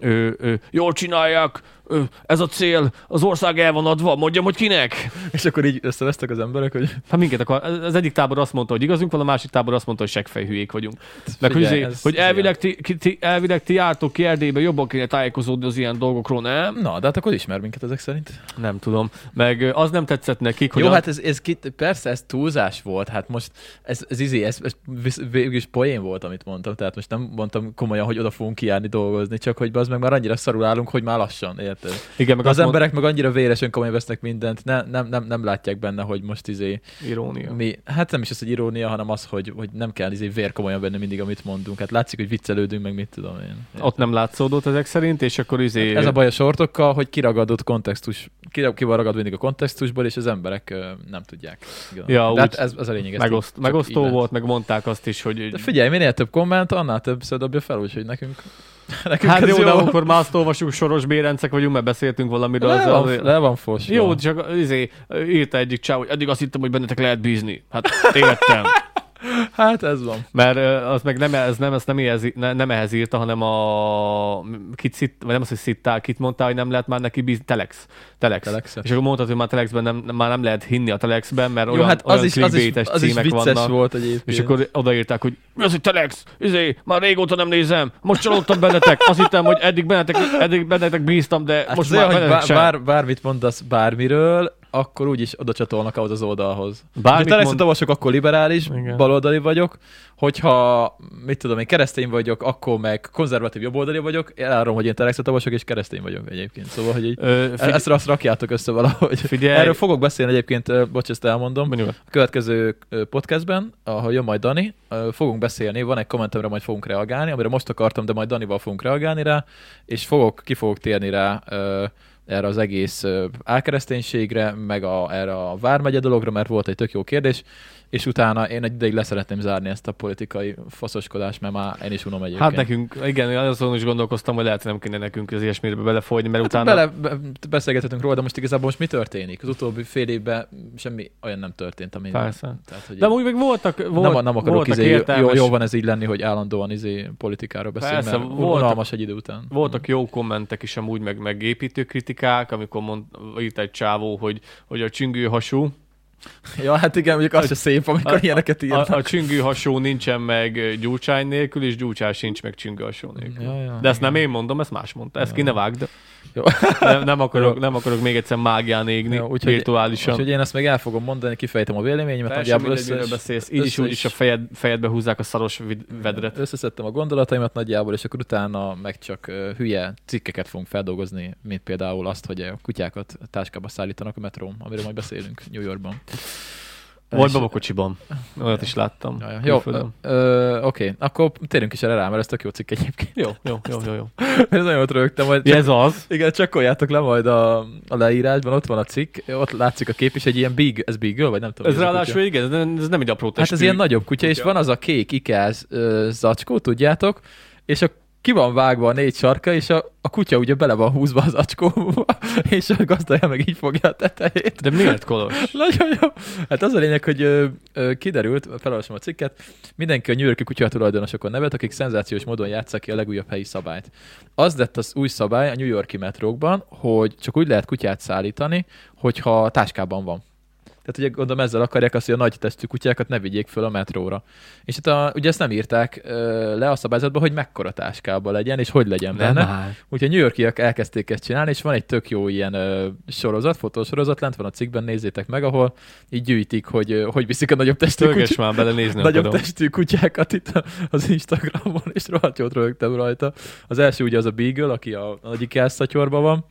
B: ö, ö, jól csinálják, ö, ez a cél, az ország el van adva, mondjam, hogy kinek.
A: és akkor így összevesztek az emberek, hogy
B: Hát minket akar, az egyik tábor azt mondta, hogy igazunk van, a másik tábor azt mondta, hogy seggfej hülyék vagyunk. Meg hogy,
A: Figyelj,
B: izé,
A: ez-
B: hogy elvileg ti, ki- ti, elvileg ti jártok ki Erdélybe, jobban kéne tájékozódni az ilyen dolgokról, nem?
A: Na, de hát akkor ismer minket ezek szerint.
B: Nem tudom. Meg ö, az nem tetszett nekik, hogy
A: Jó,
B: a-
A: hát ez, ez kit, persze ez túlzás volt, hát most ez, ez izé, ez, ez visz- végül is poén volt, amit mondtam, tehát most nem mondtam komolyan, hogy oda fogunk kijárni dolgozni, csak hogy az meg már annyira szarul állunk, hogy már lassan, érted?
B: igen, meg
A: Meg az
B: azt mond-
A: emberek meg annyira véresen komolyan vesznek mindent, ne, nem, nem, nem látják benne, hogy most izé,
B: Irónia.
A: mi, hát nem is az, hogy irónia, hanem az, hogy, hogy nem kell izé vér komolyan venni mindig, amit mondunk. Hát látszik, hogy viccelődünk, meg mit tudom én.
B: Ott nem látszódott ezek szerint, és akkor izé...
A: Ez a baj a sortokkal, hogy kiragadott kontextus, ki, ki van ragadva mindig a kontextusból, és az emberek ö, nem tudják. Igen.
B: Ja,
A: De hát
B: úgy
A: ez, ez a lényeg. ezt így-
B: Megoszt,
A: csak így
B: megosztó
A: lehet.
B: volt, meg mondták azt is, hogy...
A: De figyelj, minél több komment, annál több dobja fel, úgyhogy nekünk, <laughs> nekünk
B: hát
A: ez
B: jó,
A: jó.
B: de akkor már azt olvasjuk, soros bérencek vagyunk, mert beszéltünk valamiről.
A: le,
B: az- az-
A: van, le van fos.
B: Jó, csak izé, írta egyik csáv, hogy eddig azt hittem, hogy bennetek lehet bízni. Hát tévedtem.
A: Hát ez van.
B: Mert ö, az meg nem, ez nem, ezt nem, ehhez, ne, nem ehhez írta, hanem a... Kit szit, vagy nem az, hogy szittál, kit mondta, hogy nem lehet már neki bízni. Telex. Telex.
A: Telexet.
B: És akkor mondtad, hogy már Telexben nem, nem- már nem lehet hinni a Telexben, mert
A: jó,
B: olyan,
A: hát az
B: olyan
A: is, az is,
B: clickbaites
A: az is
B: címek
A: vicces
B: vannak.
A: volt egyébként.
B: És akkor odaírták, hogy mi az, hogy Telex? Izé, már régóta nem nézem, most csalódtam bennetek. Azt hittem, hogy eddig bennetek, eddig bennetek bíztam, de
A: Hát
B: most
A: az olyan,
B: már
A: hogy
B: bennetek
A: bár,
B: sem.
A: bár, bármit mondasz bármiről, akkor úgyis oda csatolnak ahhoz az oldalhoz.
B: Bármit
A: Bármit ha
B: mond-
A: mond... olvasok, akkor liberális,
B: Igen.
A: Igen. baloldali vagyok. Hogyha, mit tudom én, keresztény vagyok, akkor meg konzervatív jobboldali vagyok. Én elárulom, hogy én telexet olvasok, és keresztény vagyok egyébként. Szóval, hogy így,
B: Ö, figy-
A: ezt azt rakjátok össze valahogy.
B: Figyelj.
A: Erről fogok beszélni egyébként, ö, bocs, ezt elmondom.
B: Mondj meg.
A: A következő ö, podcastben, ahol jön majd Dani, ö, fogunk beszélni, van egy kommentemre, majd fogunk reagálni, amire most akartam, de majd Danival fogunk reagálni rá, és fogok, ki fogok térni rá ö, erre az egész ö, álkereszténységre, meg a, erre a Vármegye dologra, mert volt egy tök jó kérdés, és utána én egy ideig leszeretném zárni ezt a politikai faszoskodást, mert már én is unom egyébként.
B: Hát nekünk, igen, azon is gondolkoztam, hogy lehet, hogy nem kéne nekünk az ilyesmibe belefolyni, mert
A: Hát
B: utána...
A: bele, be- beszélgethetünk róla, de most igazából most mi történik? Az utóbbi fél évben semmi olyan nem történt, ami...
B: Persze.
A: Tehát, hogy
B: De úgy meg voltak, volt,
A: Volt, nem, nem akarok
B: voltak
A: izé, jó,
B: értelmes,
A: jó, van ez így lenni, hogy állandóan izé politikáról beszélni,
B: Persze,
A: Persze, mert
B: voltak-
A: voltak, unalmas egy idő után.
B: Voltak jó kommentek is amúgy, meg, meg építő kritikák, amikor mond, írt egy csávó, hogy, hogy a csüngő hasú,
A: Ja, hát igen, mondjuk az se szép, amikor
B: a-
A: a, ilyeneket írnak.
B: a, a csüngő hasó nincsen meg ö, gyurcsány nélkül, és gyurcsány sincs meg csüngő hasó nélkül.
A: Ja, ja,
B: de ezt nem én mondom, ezt más mondta. Ezt ki ne vágd.
A: Jó.
B: Nem, nem, akarok, nem akarok még egyszer mágián égni,
A: Ja, úgyhogy-
B: virtuálisan.
A: Úgyhogy én ezt még el fogom mondani, kifejtem a véleményemet.
B: Teljesen
A: nagyjából
B: mindegy, miről
A: összes-
B: beszélsz. Így is,
A: összes-
B: úgy is a fejed, fejedbe húzzák a szaros vid- vedret.
A: Összeszedtem a gondolataimat nagyjából, és akkor utána meg csak ö, hülye cikkeket fogunk feldolgozni, mint például azt, hogy a kutyákat táskába szállítanak a metrón, amiről majd beszélünk New Yorkban.
B: Vagy
A: És-
B: babakocsiban. Olyat is láttam.
A: Jaj, Jó, ö,
B: Külföldön.
A: ö, oké, akkor térjünk is erre rá, mert ez tök jó cikk egyébként. <laughs>
B: Jó, jó, jó, jó. jó.
A: Ez nagyon ott rögtem, majd
B: Ja, Ez az.
A: Igen, csekkoljátok le majd a, a leírásban, ott van a cikk, ott látszik a kép is, egy ilyen big, ez beagle, vagy nem tudom.
B: Ez
A: mi a
B: ráadásul
A: kutya.
B: igen, ez nem- ez nem egy apró testű.
A: Hát ez ilyen nagyobb kutya, és
B: kutya.
A: van az a kék ikáz ö, zacskó, tudjátok, és a ki van vágva a négy sarka, és a, a kutya ugye bele van húzva az acskóba, <laughs> és a gazdája meg így fogja a tetejét.
B: De miért kolos?
A: <laughs> Nagyon jó. Hát az a lényeg, hogy ö, ö, kiderült, felolvasom a cikket, mindenki a New Yorki kutyatulajdonosokon nevet, akik szenzációs módon játsszák ki a legújabb helyi szabályt. Az lett az új szabály a New Yorki metrókban, hogy csak úgy lehet kutyát szállítani, hogyha táskában van. Tehát ugye gondolom ezzel akarják azt, hogy a nagy testű kutyákat ne vigyék föl a metróra. És hát a, ugye ezt nem írták ö, le a szabályzatba, hogy mekkora táskában legyen, és hogy legyen benne. Úgyhogy a New Yorkiak elkezdték ezt csinálni, és van egy tök jó ilyen ö, sorozat, fotósorozat, lent van a cikkben, nézzétek meg, ahol így gyűjtik, hogy ö, hogy viszik a nagyobb testű,
B: Törges
A: kutyá-
B: már bele nézni
A: nagyobb
B: akarom.
A: testű kutyákat itt a- az Instagramon, és rohadt jót rögtem rajta. Az első ugye az a Beagle, aki a nagyik elszatyorban van.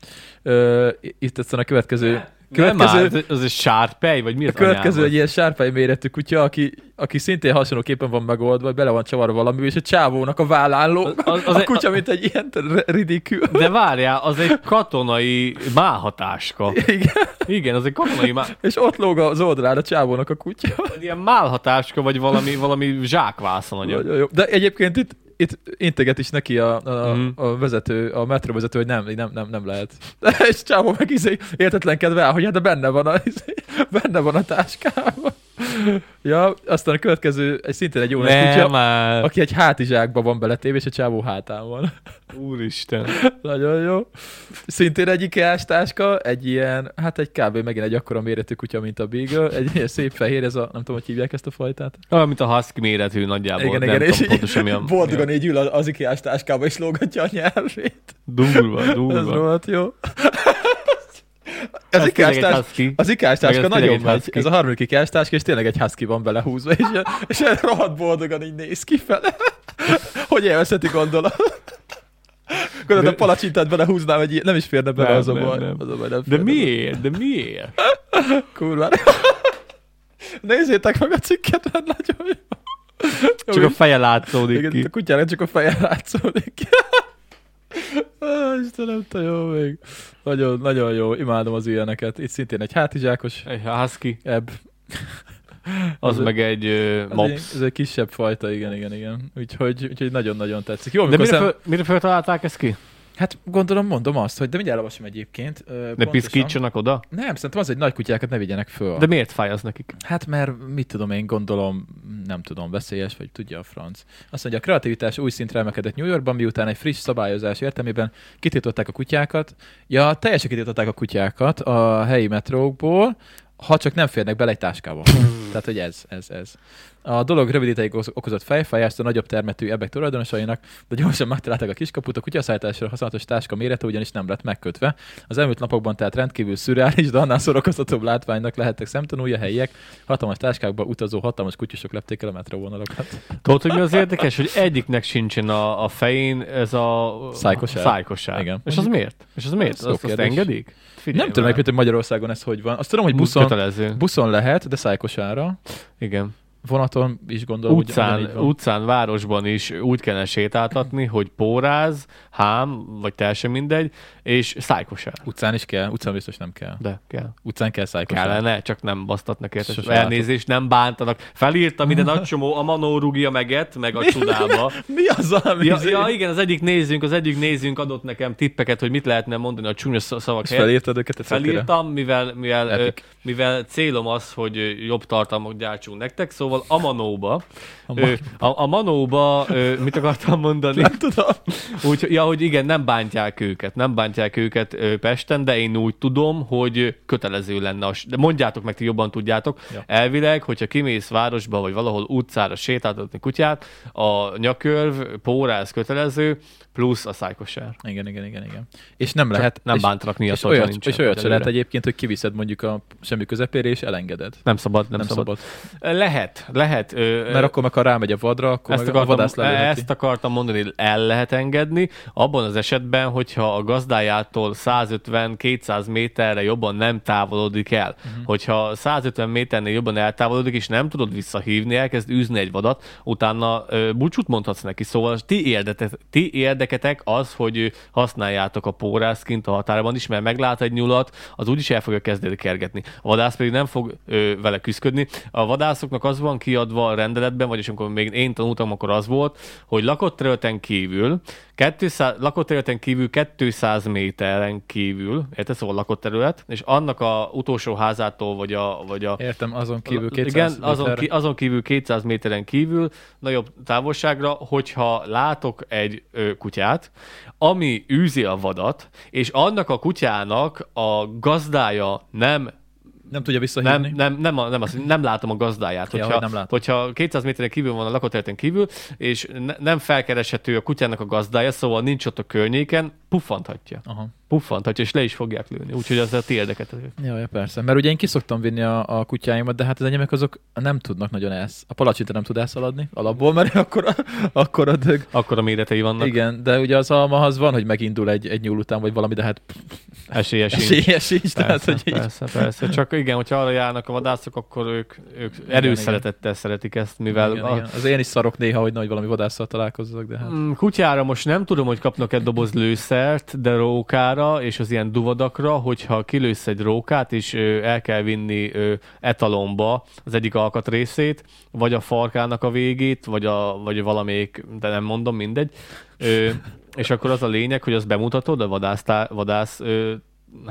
A: Ö, itt egyszerűen a következő...
B: Nem
A: következő-
B: már, az egy sárpej, vagy mi
A: a
B: az
A: következő
B: anyámat?
A: egy ilyen sárpály méretű kutya, aki, aki szintén hasonlóképpen van megoldva, bele van csavarva valami, és a csávónak a vállálló,
B: Az-
A: az,
B: az-
A: az,
B: az
A: a
B: egy-
A: kutya, mint egy ilyen ridikül.
B: De várjál, az egy katonai máhatáska.
A: <laughs> Igen.
B: Igen, az egy katonai má...
A: És ott lóg az oldalán a csávónak a kutya. <laughs>
B: Ilyen málhatáska, vagy valami, valami zsákvászonanyag.
A: Nagyon jó. De egyébként itt, itt integet is neki a, a,
B: Mhm.
A: mm. a vezető, a metróvezető, hogy nem, így nem, nem, nem lehet. <laughs> És csávó meg izé értetlenkedve áll, hogy hát de benne van a, izé, benne van a táskában. <laughs> Ja, aztán a következő, egy szintén egy jó lesz
B: Nem
A: kutya,
B: már.
A: aki egy hátizsákba van beletéve, és a csávó hátán van. <laughs>
B: Úristen.
A: Nagyon jó. Szintén egy ikea táska, egy ilyen, hát egy kb. megint egy akkora méretű kutya, mint a Beagle, egy ilyen szép fehér, ez a, nem tudom, hogy hívják ezt a fajtát.
B: Olyan, mint a husky méretű nagyjából.
A: Igen,
B: nem
A: igen,
B: tudom
A: és
B: pontosan mi a...
A: így <laughs> boldogan
B: mi
A: így ül az ikea táskába, és lógatja a nyelvét.
B: a- Durva,
A: Ez
B: durva.
A: rohadt jó. Az ikea
B: tényleg egy
A: táska,
B: husky.
A: az ikea
B: Meg
A: táska
B: ez tényleg
A: nagyon
B: egy
A: megy.
B: husky.
A: Ez a harmadik ikea táska, és tényleg egy husky van belehúzva, és, és rohadt boldogan így néz ki fele. Hogy élvezheti gondolom. Gondolod, a palacsintát belehúznám, egy ilyen, nem is férne bele
B: Nem,
A: az a
B: nem,
A: baj.
B: nem.
A: Az a baj, nem
B: De
A: férne bele.
B: miért? De miért?
A: Kurva. Nézzétek meg a cikket, mert nagyon jó.
B: Csak a feje látszódik
A: Igen,
B: ki.
A: a kutyának csak a feje látszódik. <laughs> Á, Istenem, te jó még. Nagyon, nagyon jó, imádom az ilyeneket. Itt szintén egy hátizsákos
B: Egy husky,
A: ebb.
B: az
A: Ez-
B: meg egy ö,
A: Ez, egy,
B: mops.
A: ez egy kisebb fajta, igen, igen, igen. Úgyhogy, úgyhogy nagyon-nagyon tetszik. Jó,
B: De
A: amikor
B: mire,
A: szem...
B: föl, mire föltalálták ezt ki?
A: Hát gondolom mondom azt, hogy de mindjárt elolvasom egyébként. ö,
B: Ne
A: pontosan.
B: piszkítsanak oda?
A: Nem, szerintem az, hogy nagy kutyákat ne vigyenek föl.
B: De miért fáj az nekik?
A: Hát mert mit tudom én, gondolom, nem tudom, veszélyes, vagy tudja a franc. Azt mondja, a kreativitás új szintre emelkedett New Yorkban, miután egy friss szabályozás értelmében kitiltották a kutyákat. Ja, teljesen kitiltották a kutyákat a helyi metrókból, ha csak nem férnek bele egy táskába. Tehát, hogy ez, ez, ez. A dolog rövid ideig oz- okozott fejfájást a nagyobb termetű ebek tulajdonosainak, de gyorsan megtalálták a kiskaput, a kutyaszállításra használatos táska mérete ugyanis nem lett megkötve. Az elmúlt napokban tehát rendkívül szürreális, de annál szórakoztatóbb látványnak lehettek szemtanúja helyiek, hatalmas táskákba utazó hatalmas kutyusok lepték el a metróvonalakat.
B: Tudod, hogy mi az érdekes, hogy egyiknek sincsen a, a fején ez a
A: Szájkosság.
B: szájkosság.
A: Igen.
B: És az miért? És az miért?
A: Ez jó
B: Azt, azt
A: kérdés.
B: engedik? Figyelj
A: nem tudom,
B: vele.
A: hogy például Magyarországon ez hogy van. Azt tudom, hogy
B: Busz
A: buszon,
B: Kötelező.
A: buszon lehet, de szájkosára.
B: Igen.
A: Vonaton is gondolom, hogy ugyanígy
B: Utcán,
A: van.
B: utcán, városban is úgy kellene sétáltatni, hogy póráz, hám, vagy teljesen mindegy, és szájkosár.
A: utcán is kell, utcán biztos nem kell.
B: De kell.
A: Utcán kell szájkosár.
B: Kellene, csak nem basztatnak érte.
A: Sose
B: Elnézést, nem bántanak. Felírtam
A: <laughs>
B: ide nagy csomó, a Manó rúgja meget, meg a csodába.
A: Mi az, ami
B: Ja, ja, igen, az egyik nézünk, az egyik nézünk adott nekem tippeket, hogy mit lehetne mondani a csúnya sz- szavak
A: És felírtad őket a cetire?
B: Felírtam, mivel, mivel, ö,
A: Epic.
B: mivel célom az, hogy ö, jobb tartalmak gyártsunk nektek, szóval a Manóba, ö, a, a Manóba, ö, mit akartam
A: <laughs>
B: mondani?
A: Nem tudom.
B: Úgy, ja, hogy igen, nem bántják őket, nem bántják őket ö, Pesten, de én úgy tudom, hogy ö, kötelező lenne. A, s- de mondjátok meg, ti jobban tudjátok.
A: Ja.
B: Ja. Elvileg, hogyha kimész városba, vagy valahol utcára sétáltatni kutyát, a nyakörv, póráz kötelező, plusz a szájkosár.
A: Igen, igen, igen, igen. És nem
B: Csak
A: lehet.
B: nem
A: és,
B: bántanak miatt,
A: és
B: hogyha
A: olyat,
B: nincsen
A: és olyat se lehet
B: egyelőre.
A: egyébként, hogy kiviszed mondjuk a semmi közepére, és elengeded.
B: Nem szabad, nem,
A: Nem,
B: szabad.
A: szabad.
B: Lehet, lehet. Ö,
A: Mert akkor meg, ha rámegy a vadra, akkor
B: ezt
A: meg a vadász
B: akartam,
A: lelőheti.
B: ezt akartam mondani, el lehet engedni, abban az esetben, hogyha a gazdájától 150-200 méterre jobban nem távolodik el. Uh-huh. Hogyha 150 méternél jobban eltávolodik, és nem tudod visszahívni, elkezd űzni egy vadat, utána ö, búcsút mondhatsz neki. Szóval ti, érdeketek, ti érdeketek az, hogy ö, használjátok a pórázt kint a határban is, mert meglát egy nyulat, az úgyis el fogja kezdeni kergetni. A vadász pedig nem fog ö, vele küzdködni. A vadászoknak az van kiadva a rendeletben, vagyis amikor még én tanultam, akkor az volt, hogy lakott területen kívül, 200, lakott területen kívül 200 méteren kívül, érted, szóval lakott terület, és annak a utolsó házától, vagy a, vagy a
A: Értem, azon kívül
B: igen,
A: 200
B: azon,
A: méterre.
B: ki, azon kívül 200 méteren kívül, nagyobb távolságra, hogyha látok egy ö, kutyát, ami űzi a vadat, és annak a kutyának a gazdája nem
A: Nem tudja visszahívni.
B: nem, nem, nem, a, nem, az, nem látom a gazdáját.
A: Ja,
B: Hogyha,
A: hogy nem látod.
B: hogyha 200 méteren kívül van a lakóterületen kívül, és ne, nem felkereshető a kutyának a gazdája, szóval nincs ott a környéken, puffanthatja.
A: Aha.
B: Puffanthatja, és le is fogják lőni. Úgyhogy ez a ti érdeket.
A: Jaj, ja, persze. Mert ugye én kiszoktam vinni a, a kutyáimat, de hát az enyémek azok nem tudnak nagyon elsz. A palacsinta nem tud elszaladni alapból, mert <laughs> akkor, akkor a dög.
B: Akkor a méretei vannak, Igen.
A: Igen, de ugye az alma az van, hogy megindul egy, egy nyúl után, vagy valami, de hát
B: esélye sincs.
A: esélye sincs. Tehát,
B: Persze,
A: hogy így.
B: persze, persze. Csak igen, hogyha arra járnak a vadászok, akkor ők, ők erőszeretettel szeretik ezt, mivel
A: Igen,
B: a,
A: igen. Az én is szarok néha, hogy nagy valami vadásszal találkozzak, de hát.
B: Mm, Kutyára most nem tudom, hogy kapnak-e doboz lőszert, de rókára és az ilyen duvadakra, hogyha kilősz egy rókát, és ö, el kell vinni ö, etalomba az egyik alkatrészét, vagy a farkának a végét, vagy, a, vagy valamelyik, de nem mondom, mindegy. Ö, és akkor az a lényeg, hogy azt bemutatod a vadásztá, vadász ö,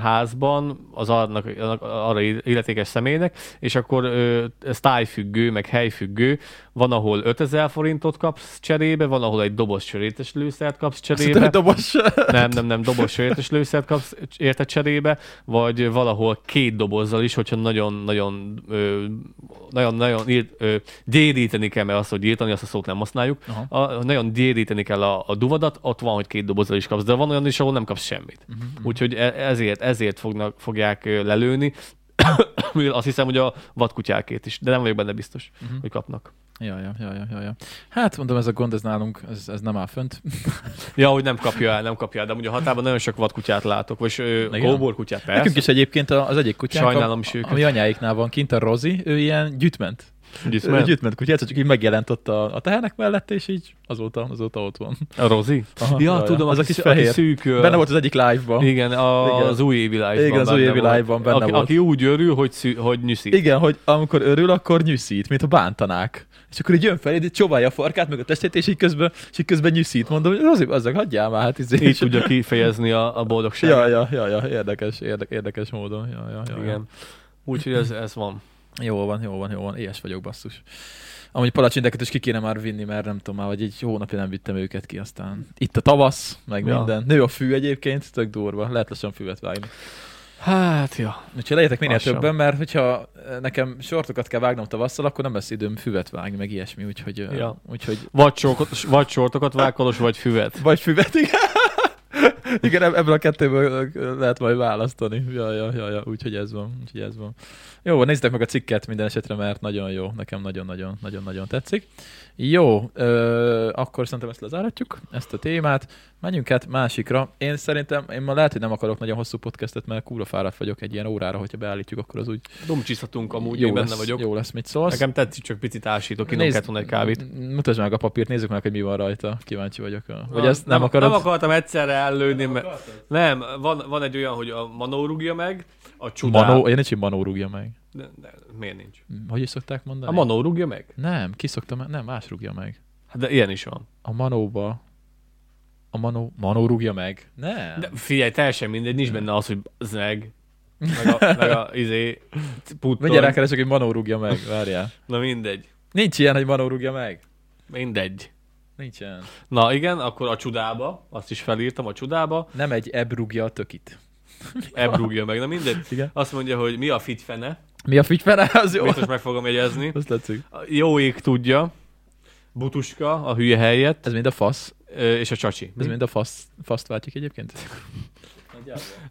B: házban az annak, annak- arra illetékes személynek, és akkor ö, sztájfüggő, meg helyfüggő, van, ahol 5000 forintot kapsz cserébe, van, ahol egy doboz sörétes lőszert kapsz
A: Azt hittem,
B: cserébe.
A: hogy
B: <laughs>
A: dobos.
B: Nem, nem, nem, doboz sörétes lőszert kapsz érte cserébe, vagy valahol két dobozzal is, hogyha nagyon-nagyon nagyon-nagyon írt- ö, gyéríteni kell, mert azt, hogy írtani, azt a szót nem használjuk.
A: Aha.
B: A, nagyon gyéríteni kell a, a duvadat, ott van, hogy két dobozzal is kapsz, de van olyan is, ahol nem kapsz semmit.
A: Mhm,
B: Uh-huh. Úgyhogy e- ezért, ezért fognak, fogják ö, lelőni, <coughs> mivel azt hiszem, hogy a vadkutyákét is, de nem vagyok benne biztos, uh-huh. hogy kapnak.
A: Ja, Mhm. ja, ja, ja, ja, ja. Hát mondom, ez a gond, ez nálunk, ez, ez nem áll fönt.
B: Ja, hogy nem kapja el, nem kapja el, de ugye a hatában nagyon sok vadkutyát látok, vagy ö,
A: Igen.
B: kóborkutyát, persze.
A: Nekünk is egyébként a- az egyik kutyánk,
B: Sajnálom
A: a-
B: is őket.
A: ami anyáiknál van kint, a Rozi, ő ilyen gyűjtment. Ő gyűjtment kutyát, csak így megjelent ott a, a tehenek mellett, és így azóta, azóta ott van.
B: A Rozi?
A: Aha,
B: Aha,
A: jaj,
B: ja, tudom,
A: az
B: az
A: a
B: a
A: kis
B: kis,
A: fehér.
B: aki szűk. ö,
A: Benne volt az egyik live-ban.
B: Igen, a,
A: Igen.
B: igen. az újévi live-ban.
A: Igen, az
B: benne
A: újévi
B: volt.
A: live-ban benne
B: aki,
A: volt.
B: Aki úgy örül, hogy, szű, hogy nyűszik.
A: Igen, hogy amikor örül, akkor nyűszít, mint a bántanák. És akkor így jön fel, így csóválja a farkát, meg a testét, és így közben, és így közben nyűszít. Mondom, hogy Rozi, azzal hagyjál már, hát izé.
B: Így tudja kifejezni a, a boldogságot.
A: Ja, ja, ja, ja, érdekes, érdek, érdekes módon. Ja, ja, ja,
B: igen. Úgyhogy ez, ez van.
A: Ja. Jó van, jó van, jó van, éhes vagyok, basszus. Amúgy palacsindeket is ki kéne már vinni, mert nem tudom már, vagy egy hónapja nem vittem őket ki, aztán itt a tavasz, meg ja.
B: Ja.
A: minden. Nő a fű egyébként, tök durva, lehet lassan füvet vágni.
B: Hát, ja.
A: Úgyhogy legyetek minél
B: Az sem.
A: többen, mert hogyha eh, nekem sortokat kell vágnom tavasszal, akkor nem lesz időm füvet vágni, meg ilyesmi, úgyhogy... ö,
B: Ja.
A: úgyhogy
B: Vagy, sorkot, vagy sortokat vágkolos, vagy füvet.
A: vagy füvet, igen. igen, eb- ebből a kettőből ö, lehet majd választani. Ja, ja, ja, ja. Úgyhogy ez van. Úgyhogy ez van. Jó, van, nézzétek meg a cikket minden esetre, mert nagyon jó. Nekem nagyon-nagyon, nagyon-nagyon tetszik. Jó, ö, akkor szerintem ezt lezáratjuk, ezt a témát. Menjünk át másikra. Én szerintem, én ma lehet, hogy nem akarok nagyon hosszú podcastet, mert kúra fáradt vagyok egy ilyen órára, hogyha beállítjuk, akkor az úgy
B: Domcsiszhatunk amúgy, jó én benne
A: lesz,
B: vagyok. Jó.
A: Jó lesz, mit szólsz.
B: Nekem tetszik, csak picit ásítok, innom
A: Nézd-
B: kellett volna egy kávét.
A: Mutasd meg a papírt, nézzük meg, hogy mi van rajta. Kíváncsi vagyok. Vagy
B: Na,
A: ezt nem, akarod?
B: Nem akartam egyszerre ellőni, mert... Nem, van, van egy olyan, hogy a Manó rúgja meg, a csudá...
A: Manó, én nincs, hogy Manó rúgja meg. Hm,
B: De, de, miért nincs?
A: Hogy is szokták mondani?
B: A Manó rúgja meg?
A: Nem, ki szokta me- nem, más rúgja meg.
B: Hát de ilyen is van.
A: A Manóba, a Manó, Manó rúgja meg. Nem.
B: De figyelj, teljesen mindegy, nincs benne az, hogy
A: <laughs>
B: zeg, meg a, meg a izé,
A: Mindjárt
B: puttony.
A: rákeresek, hogy Manó rúgja meg, várjál.
B: Na mindegy,
A: <laughs> Nincs ilyen, hogy Manó rúgja meg.
B: mindegy.
A: Nincs ilyen.
B: Na igen, akkor a csudába, azt is felírtam, a csudába,
A: Nem egy ebb rúgja a tökit.
B: ebb rúgja meg, na mindegy.
A: Igen.
B: Azt mondja, hogy mi a fitfene,
A: Mi a figyfene? Az jó.
B: biztos meg fogom jegyezni.
A: Azt látszik.
B: A Jóik tudja, Butuska, a hülye helyett,
A: Ez mind a fasz.
B: ö, és a csacsi.
A: Ez mind a fasz. Faszt váltjuk egyébként?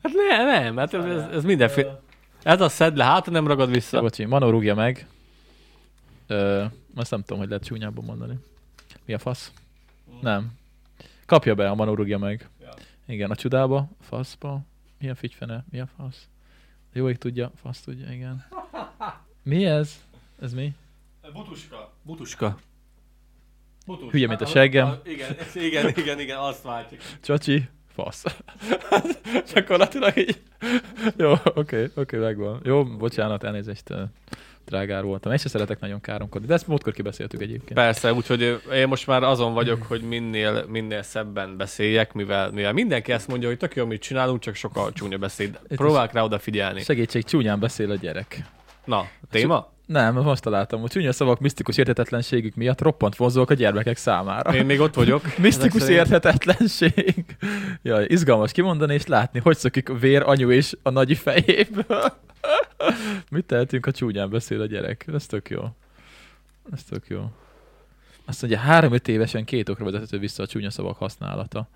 B: Hát ne, nem, hát ez, ez, ez mindenféle. Ez a szed le, hát nem ragad vissza.
A: Bocsi, Manó rúgja meg. Ö, azt nem tudom, hogy lehet csúnyábban mondani. Mi a fasz? Nem. Kapja be, a Manó rúgja meg.
B: Ja.
A: Igen, a csudába, faszba. Mi a figyfene? Mi a fasz? Jó ég tudja, fasz tudja, igen. Mi ez? Ez mi?
B: Butuska. Butuska. Butus.
A: Hülye, mint a seggem.
B: igen, igen, igen, igen, azt váltjuk.
A: Csacsi, fasz. <laughs> Gyakorlatilag így. Jó, oké, okay, oké, okay, megvan. Jó, bocsánat, elnézést, ö, drágár voltam. Én se szeretek nagyon káromkodni, de ezt múltkor kibeszéltük egyébként.
B: Persze, úgyhogy ö, én most már azon vagyok, hogy minél, minél szebben beszéljek, mivel, mivel mindenki ezt mondja, hogy tök jó, amit csinálunk, csak sokkal csúnya beszéd.
A: is-
B: Próbálok rá odafigyelni.
A: Segítség, csúnyán beszél a gyerek.
B: Na, téma?
A: Nem, most találtam, hogy csúnya szavak misztikus érthetetlenségük miatt roppant vonzóak a gyermekek számára.
B: Én még ott
A: <laughs>
B: vagyok.
A: misztikus
B: Ezek szerint-
A: érthetetlenség. Jaj, izgalmas kimondani és látni, hogy szökik a vér anyu és a nagyi fejéből. Mit tehetünk, ha csúnyán beszél a gyerek? Ez tök jó. Ez tök jó. Azt mondja, három-öt évesen két okra vezethető vissza a csúnya szavak használata.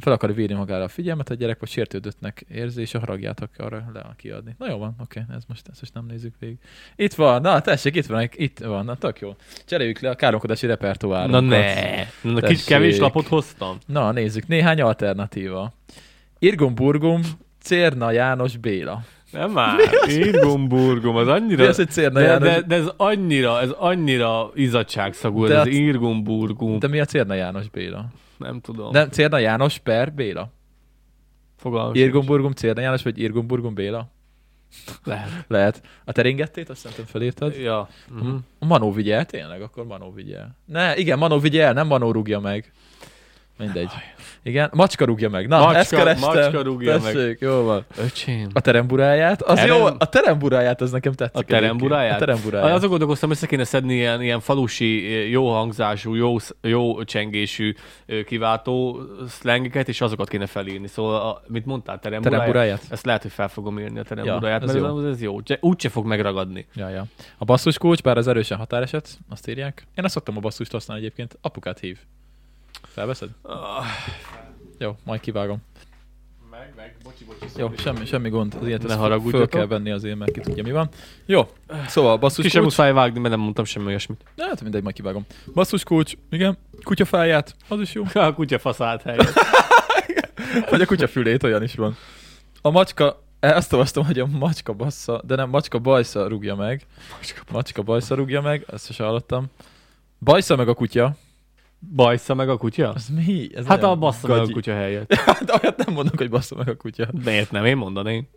A: Fel akar vírni magára a figyelmet, a gyerek vagy sértődöttnek érzi, és a haragját akar le kiadni. Na jó van, oké, ez most, ezt most nem nézzük végig. Itt van, na tessék, itt van, itt van, na tök jó. Cseréljük le a káromkodási
B: Na
A: repertoárunkat.
B: ne, na, kis
A: Tessék.
B: kevés lapot hoztam.
A: Na, nézzük, néhány alternatíva. Irgum Burgum, Cérna János Béla.
B: Nem már. Írgum burgum, az
A: Mi
B: annyira...
A: az, hogy Cérna
B: De,
A: János?
B: de, de, ez annyira, ez annyira izzadságszagú,
A: De
B: ez az
A: az-
B: írgumburgum.
A: De mi a Cérna János Béla?
B: Nem tudom.
A: Nem, Cérna János per Béla.
B: Fogalmam sincs.
A: Irgum Burgum Cérna János, vagy Irgum Burgum Béla?
B: Lehet.
A: Lehet. A teringettét azt szerintem felírtad?
B: Ja. Mhm.
A: A Manó vigyel, tényleg? Akkor Manó vigyel. Ne, igen, Manó vigyel, nem Manó rúgja meg. Mindegy. Igen, macska rúgja meg. Na,
B: Macska-
A: ezt kerestem.
B: macska rúgja meg.
A: Tessék, meg. jó van.
B: Öcsém.
A: A teremburáját? Az
B: Terem-
A: jó, a teremburáját, az nekem tetszik.
B: A teremburáját?
A: egyébként. A teremburáját.
B: Azon gondolkoztam, össze kéne szedni ilyen, ilyen falusi, jó hangzású, jó, sz- jó csengésű ö, kiváltó szlengeket, és azokat kéne felírni. Szóval, a, mit mondtál, teremburáját?
A: Teremburáját.
B: Ezt lehet, hogy fel fogom írni a teremburáját,
A: Ja,
B: ja,
A: ez
B: mert
A: jó.
B: jó. ez jó. Cs- Úgyse fog megragadni.
A: Ja, ja. A basszus kulcs, bár az erősen határeset, azt írják. Én azt szoktam a basszust használni egyébként. Apukát hív. Felveszed?
B: Ah.
A: Jó, majd kivágom.
B: Meg, meg, bocsi, szóval bocsi.
A: Jó, semmi, semmi gond. Az ilyet
B: Ne
A: ezt föl-
B: haragudjatok.
A: Föl kell venni azért, mert ki tudja, mi van. Jó, szóval a basszus
B: Ki sem
A: kulcs.
B: muszáj vágni, mert nem mondtam semmi olyasmit.
A: Ne, hát mindegy, majd kivágom. Basszus kulcs, igen. Kutyafáját, az is jó.
B: A kutya faszát helyett.
A: <laughs> Vagy a kutyafülét, olyan is van. A macska, eh, azt olvastam, hogy a macska bassza, de nem, macska bajsza rúgja meg. Macska, macska bajsza rúgja meg, ezt is hallottam. Bajsza meg a kutya.
B: Bajsza meg a kutya?
A: Az mi? Ez
B: Hát
A: nagyon
B: a bassza meg a
A: gagyi.
B: kutya helyett.
A: Hát olyat nem mondok, hogy bassza meg a kutya.
B: Miért nem? Én mondaném.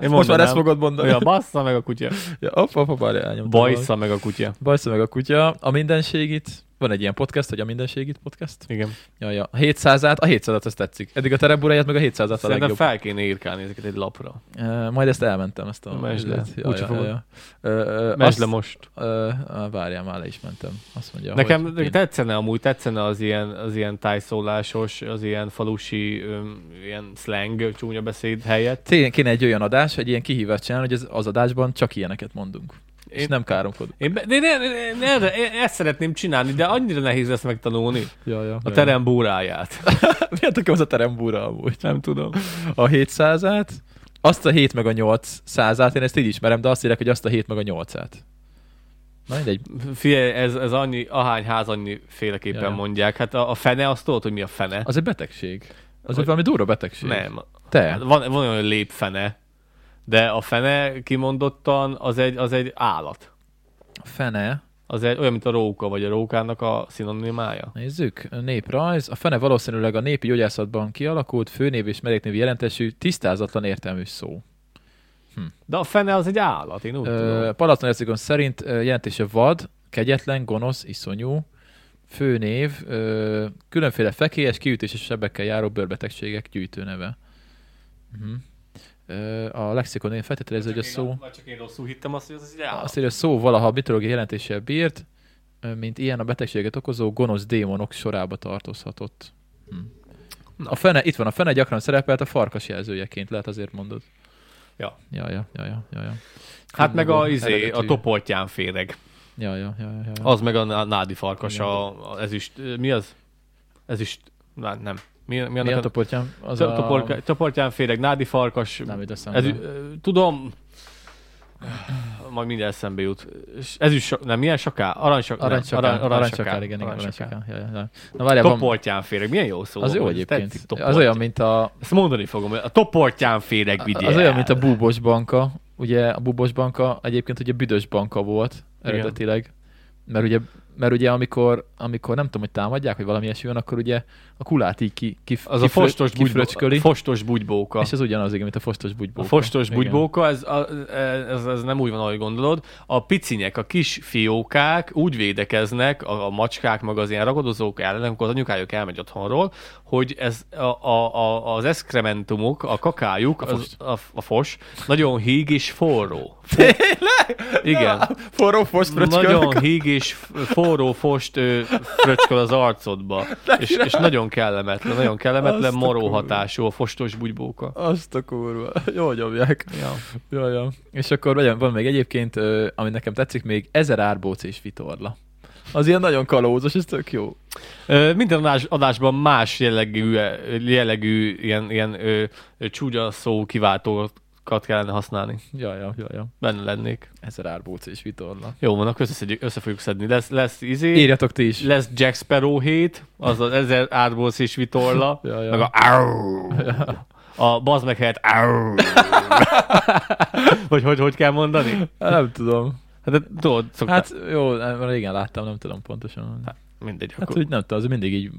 B: Én
A: <laughs> Most már
B: mondanám.
A: ezt fogod mondani.
B: Ja, bassza meg a kutya.
A: Ja, apa, apa, bárja, elnyomtam.
B: Bajsza meg a kutya.
A: Bajsza meg a kutya. A mindenségit. Van egy ilyen podcast, hogy a mindenség itt podcast.
B: Igen.
A: Ja, ja. A 700-át, a 700-at azt tetszik. Eddig a terembúráját, meg a 700-at a
B: Szerintem
A: legjobb.
B: fel kéne írkálni ezeket egy lapra.
A: Ö, majd ezt elmentem, ezt a...
B: Mesd le.
A: üzlet. Ja,
B: Úgyse
A: ja,
B: fogod.
A: ja, ja. Ö, ö,
B: Mesd le
A: azt-
B: most.
A: Ö, á, Várjál, már le is mentem. Azt mondja,
B: Nekem
A: hogy...
B: nekem tetszene amúgy, tetszene az ilyen, az ilyen tájszólásos, az ilyen falusi, öm, ilyen slang csúnya beszéd helyett.
A: Tényleg kéne egy olyan adás, egy ilyen kihívást csinálni, hogy az, az adásban csak ilyeneket mondunk. Én... És
B: Én-
A: nem káromkodunk.
B: Én, be, de én, én, én, erre, én ezt szeretném csinálni, de annyira nehéz lesz megtanulni
A: Ja, ja.
B: a terem búráját.
A: <laughs> Miért nekem az a terembúra amúgy?
B: Nem tudom.
A: A 700-át, azt a 7 meg a 800-át, én ezt így ismerem, de azt írják, hogy azt a 7 meg a 8-át. Na mindegy.
B: Figyelj, ez, ez annyi, ahány ház annyi féleképpen
A: Jaj.
B: mondják. Hát a, a fene, azt tudod, hogy mi a fene?
A: Az egy betegség. Az
B: Hogy-
A: egy valami durva betegség.
B: nem. Hát
A: Te.
B: Van, van olyan hogy lépfene, de a fene kimondottan az egy, az egy állat.
A: Fene.
B: Az egy, olyan, mint a róka, vagy a rókának a szinonimája.
A: Nézzük. Néprajz. A fene valószínűleg a népi gyógyászatban kialakult főnév és meréknévi jelentésű tisztázatlan értelmű szó.
B: De a fene az egy állat, én úgy tudom.
A: Ö, Palaton Ercigon szerint ö, jelentése vad, kegyetlen, gonosz, iszonyú, főnév, ö, különféle fekélyes, kiütéses sebekkel járó bőrbetegségek gyűjtőneve. Uh-huh. Ö, a lexikon én feltételező, hogy a szó,
B: Vagy csak én rosszul hittem azt, hogy ez egy
A: azt
B: állat.
A: írja, hogy a szó valaha mitológiai jelentéssel bírt, ö, mint ilyen a betegséget okozó gonosz démonok sorába tartozhatott. Hm.
B: Na.
A: A fene, itt van, a fene gyakran szerepelt a farkas jelzőjeként, lehet azért mondod.
B: Ja.
A: Ja, ja, ja, ja, ja, ja.
B: Hát meg a,
A: Fú,
B: izé, a
A: eredetű.
B: topoltyán féreg.
A: Ja, ja, ja, ja, ja.
B: Az meg a ná- nádi farkas,
A: Igen.
B: a, a ezüst, mi az? Ezüst, hát nem. Mi, mi
A: Mi a
B: annak
A: toportyám? Az
B: a, toporka- toportyán féreg, nádi farkas,
A: Nem jut eszembe.
B: Ez, tudom, majd minden eszembe jut. S- Ez is, so, nem, milyen saká? Aranysakár.
A: Aranycsakár, aranycsakár, igen, igen, aranycsakár. Ja, ja, ja. Na várjál, van,
B: Toportyánféreg, milyen jó szó.
A: az jó
B: Ez
A: egyébként.
B: tetszik,
A: Az olyan, mint a,
B: Ezt mondani fogom, a toportyánféreg vigyél.
A: az olyan, mint a búbos banka. Ugye a búbos banka egyébként ugye büdös banka volt
B: Igen.
A: eredetileg. Mert ugye, mert ugye amikor, amikor nem tudom, hogy támadják, vagy valami ilyesmi van, akkor ugye a kulát így ki, ki,
B: Az a fostos,
A: kifröcsköli,
B: bugybo- fostos bugybóka.
A: és ez ugyanaz, igen, mint a fostos
B: A
A: bugybóka.
B: fostos
A: Igen.
B: <laughs> bugybóka, ez, a- e, ez, ez nem úgy van, ahogy gondolod. A picinyek, a kis fiókák úgy védekeznek, a, a macskák, meg az ilyen ragadozók ellen, amikor az anyukájuk elmegy otthonról, hogy ez a, a, a, az eszkrementumok, a kakájuk, a fos,
A: fost.
B: az, a, a fos nagyon híg és forró. Igen.
A: Forró fostos
B: Nagyon híg és f- forró fost ö, fröcsköl az arcodba. És, és nagyon kellemetlen, nagyon kellemetlen
A: Azt a
B: maró
A: kurva.
B: hatású a fostos bugybóka.
A: Azt a kurva. <laughs> Jól nyomják.
B: Ja.
A: Ja, ja. És akkor van, van még egyébként, ö, ami nekem tetszik, még ezer árbóc és vitorla. Az ilyen nagyon kalózos, ez tök jó.
B: Ö, Minden adás, adásban más jellegű, jellegű ilyen, ilyen ö, ö, csúgya szó kiváltókat kellene használni.
A: Ja, ja, ja, ja.
B: Benne lennék.
A: Ezer árbóc és vitorla.
B: Jó van, akkor összeszedjük, össze fogjuk szedni. Lesz, lesz izé,
A: Írjatok ti is.
B: lesz Jack Sparrow 7, az az ezer árbóc és
A: <laughs>
B: vitorla,
A: Ja, ja.
B: meg a Arr! A bazd meg helyett
A: <laughs>
B: Arr! Vagy hogy, hogy kell mondani?
A: Hát Nem tudom.
B: Hát de tudod, szokta,
A: Hát
B: hát,
A: jó, nem- régen láttam, nem tudom pontosan. Hát,
B: mindegy,
A: hát
B: akkor
A: úgy nem tudom, az mindig így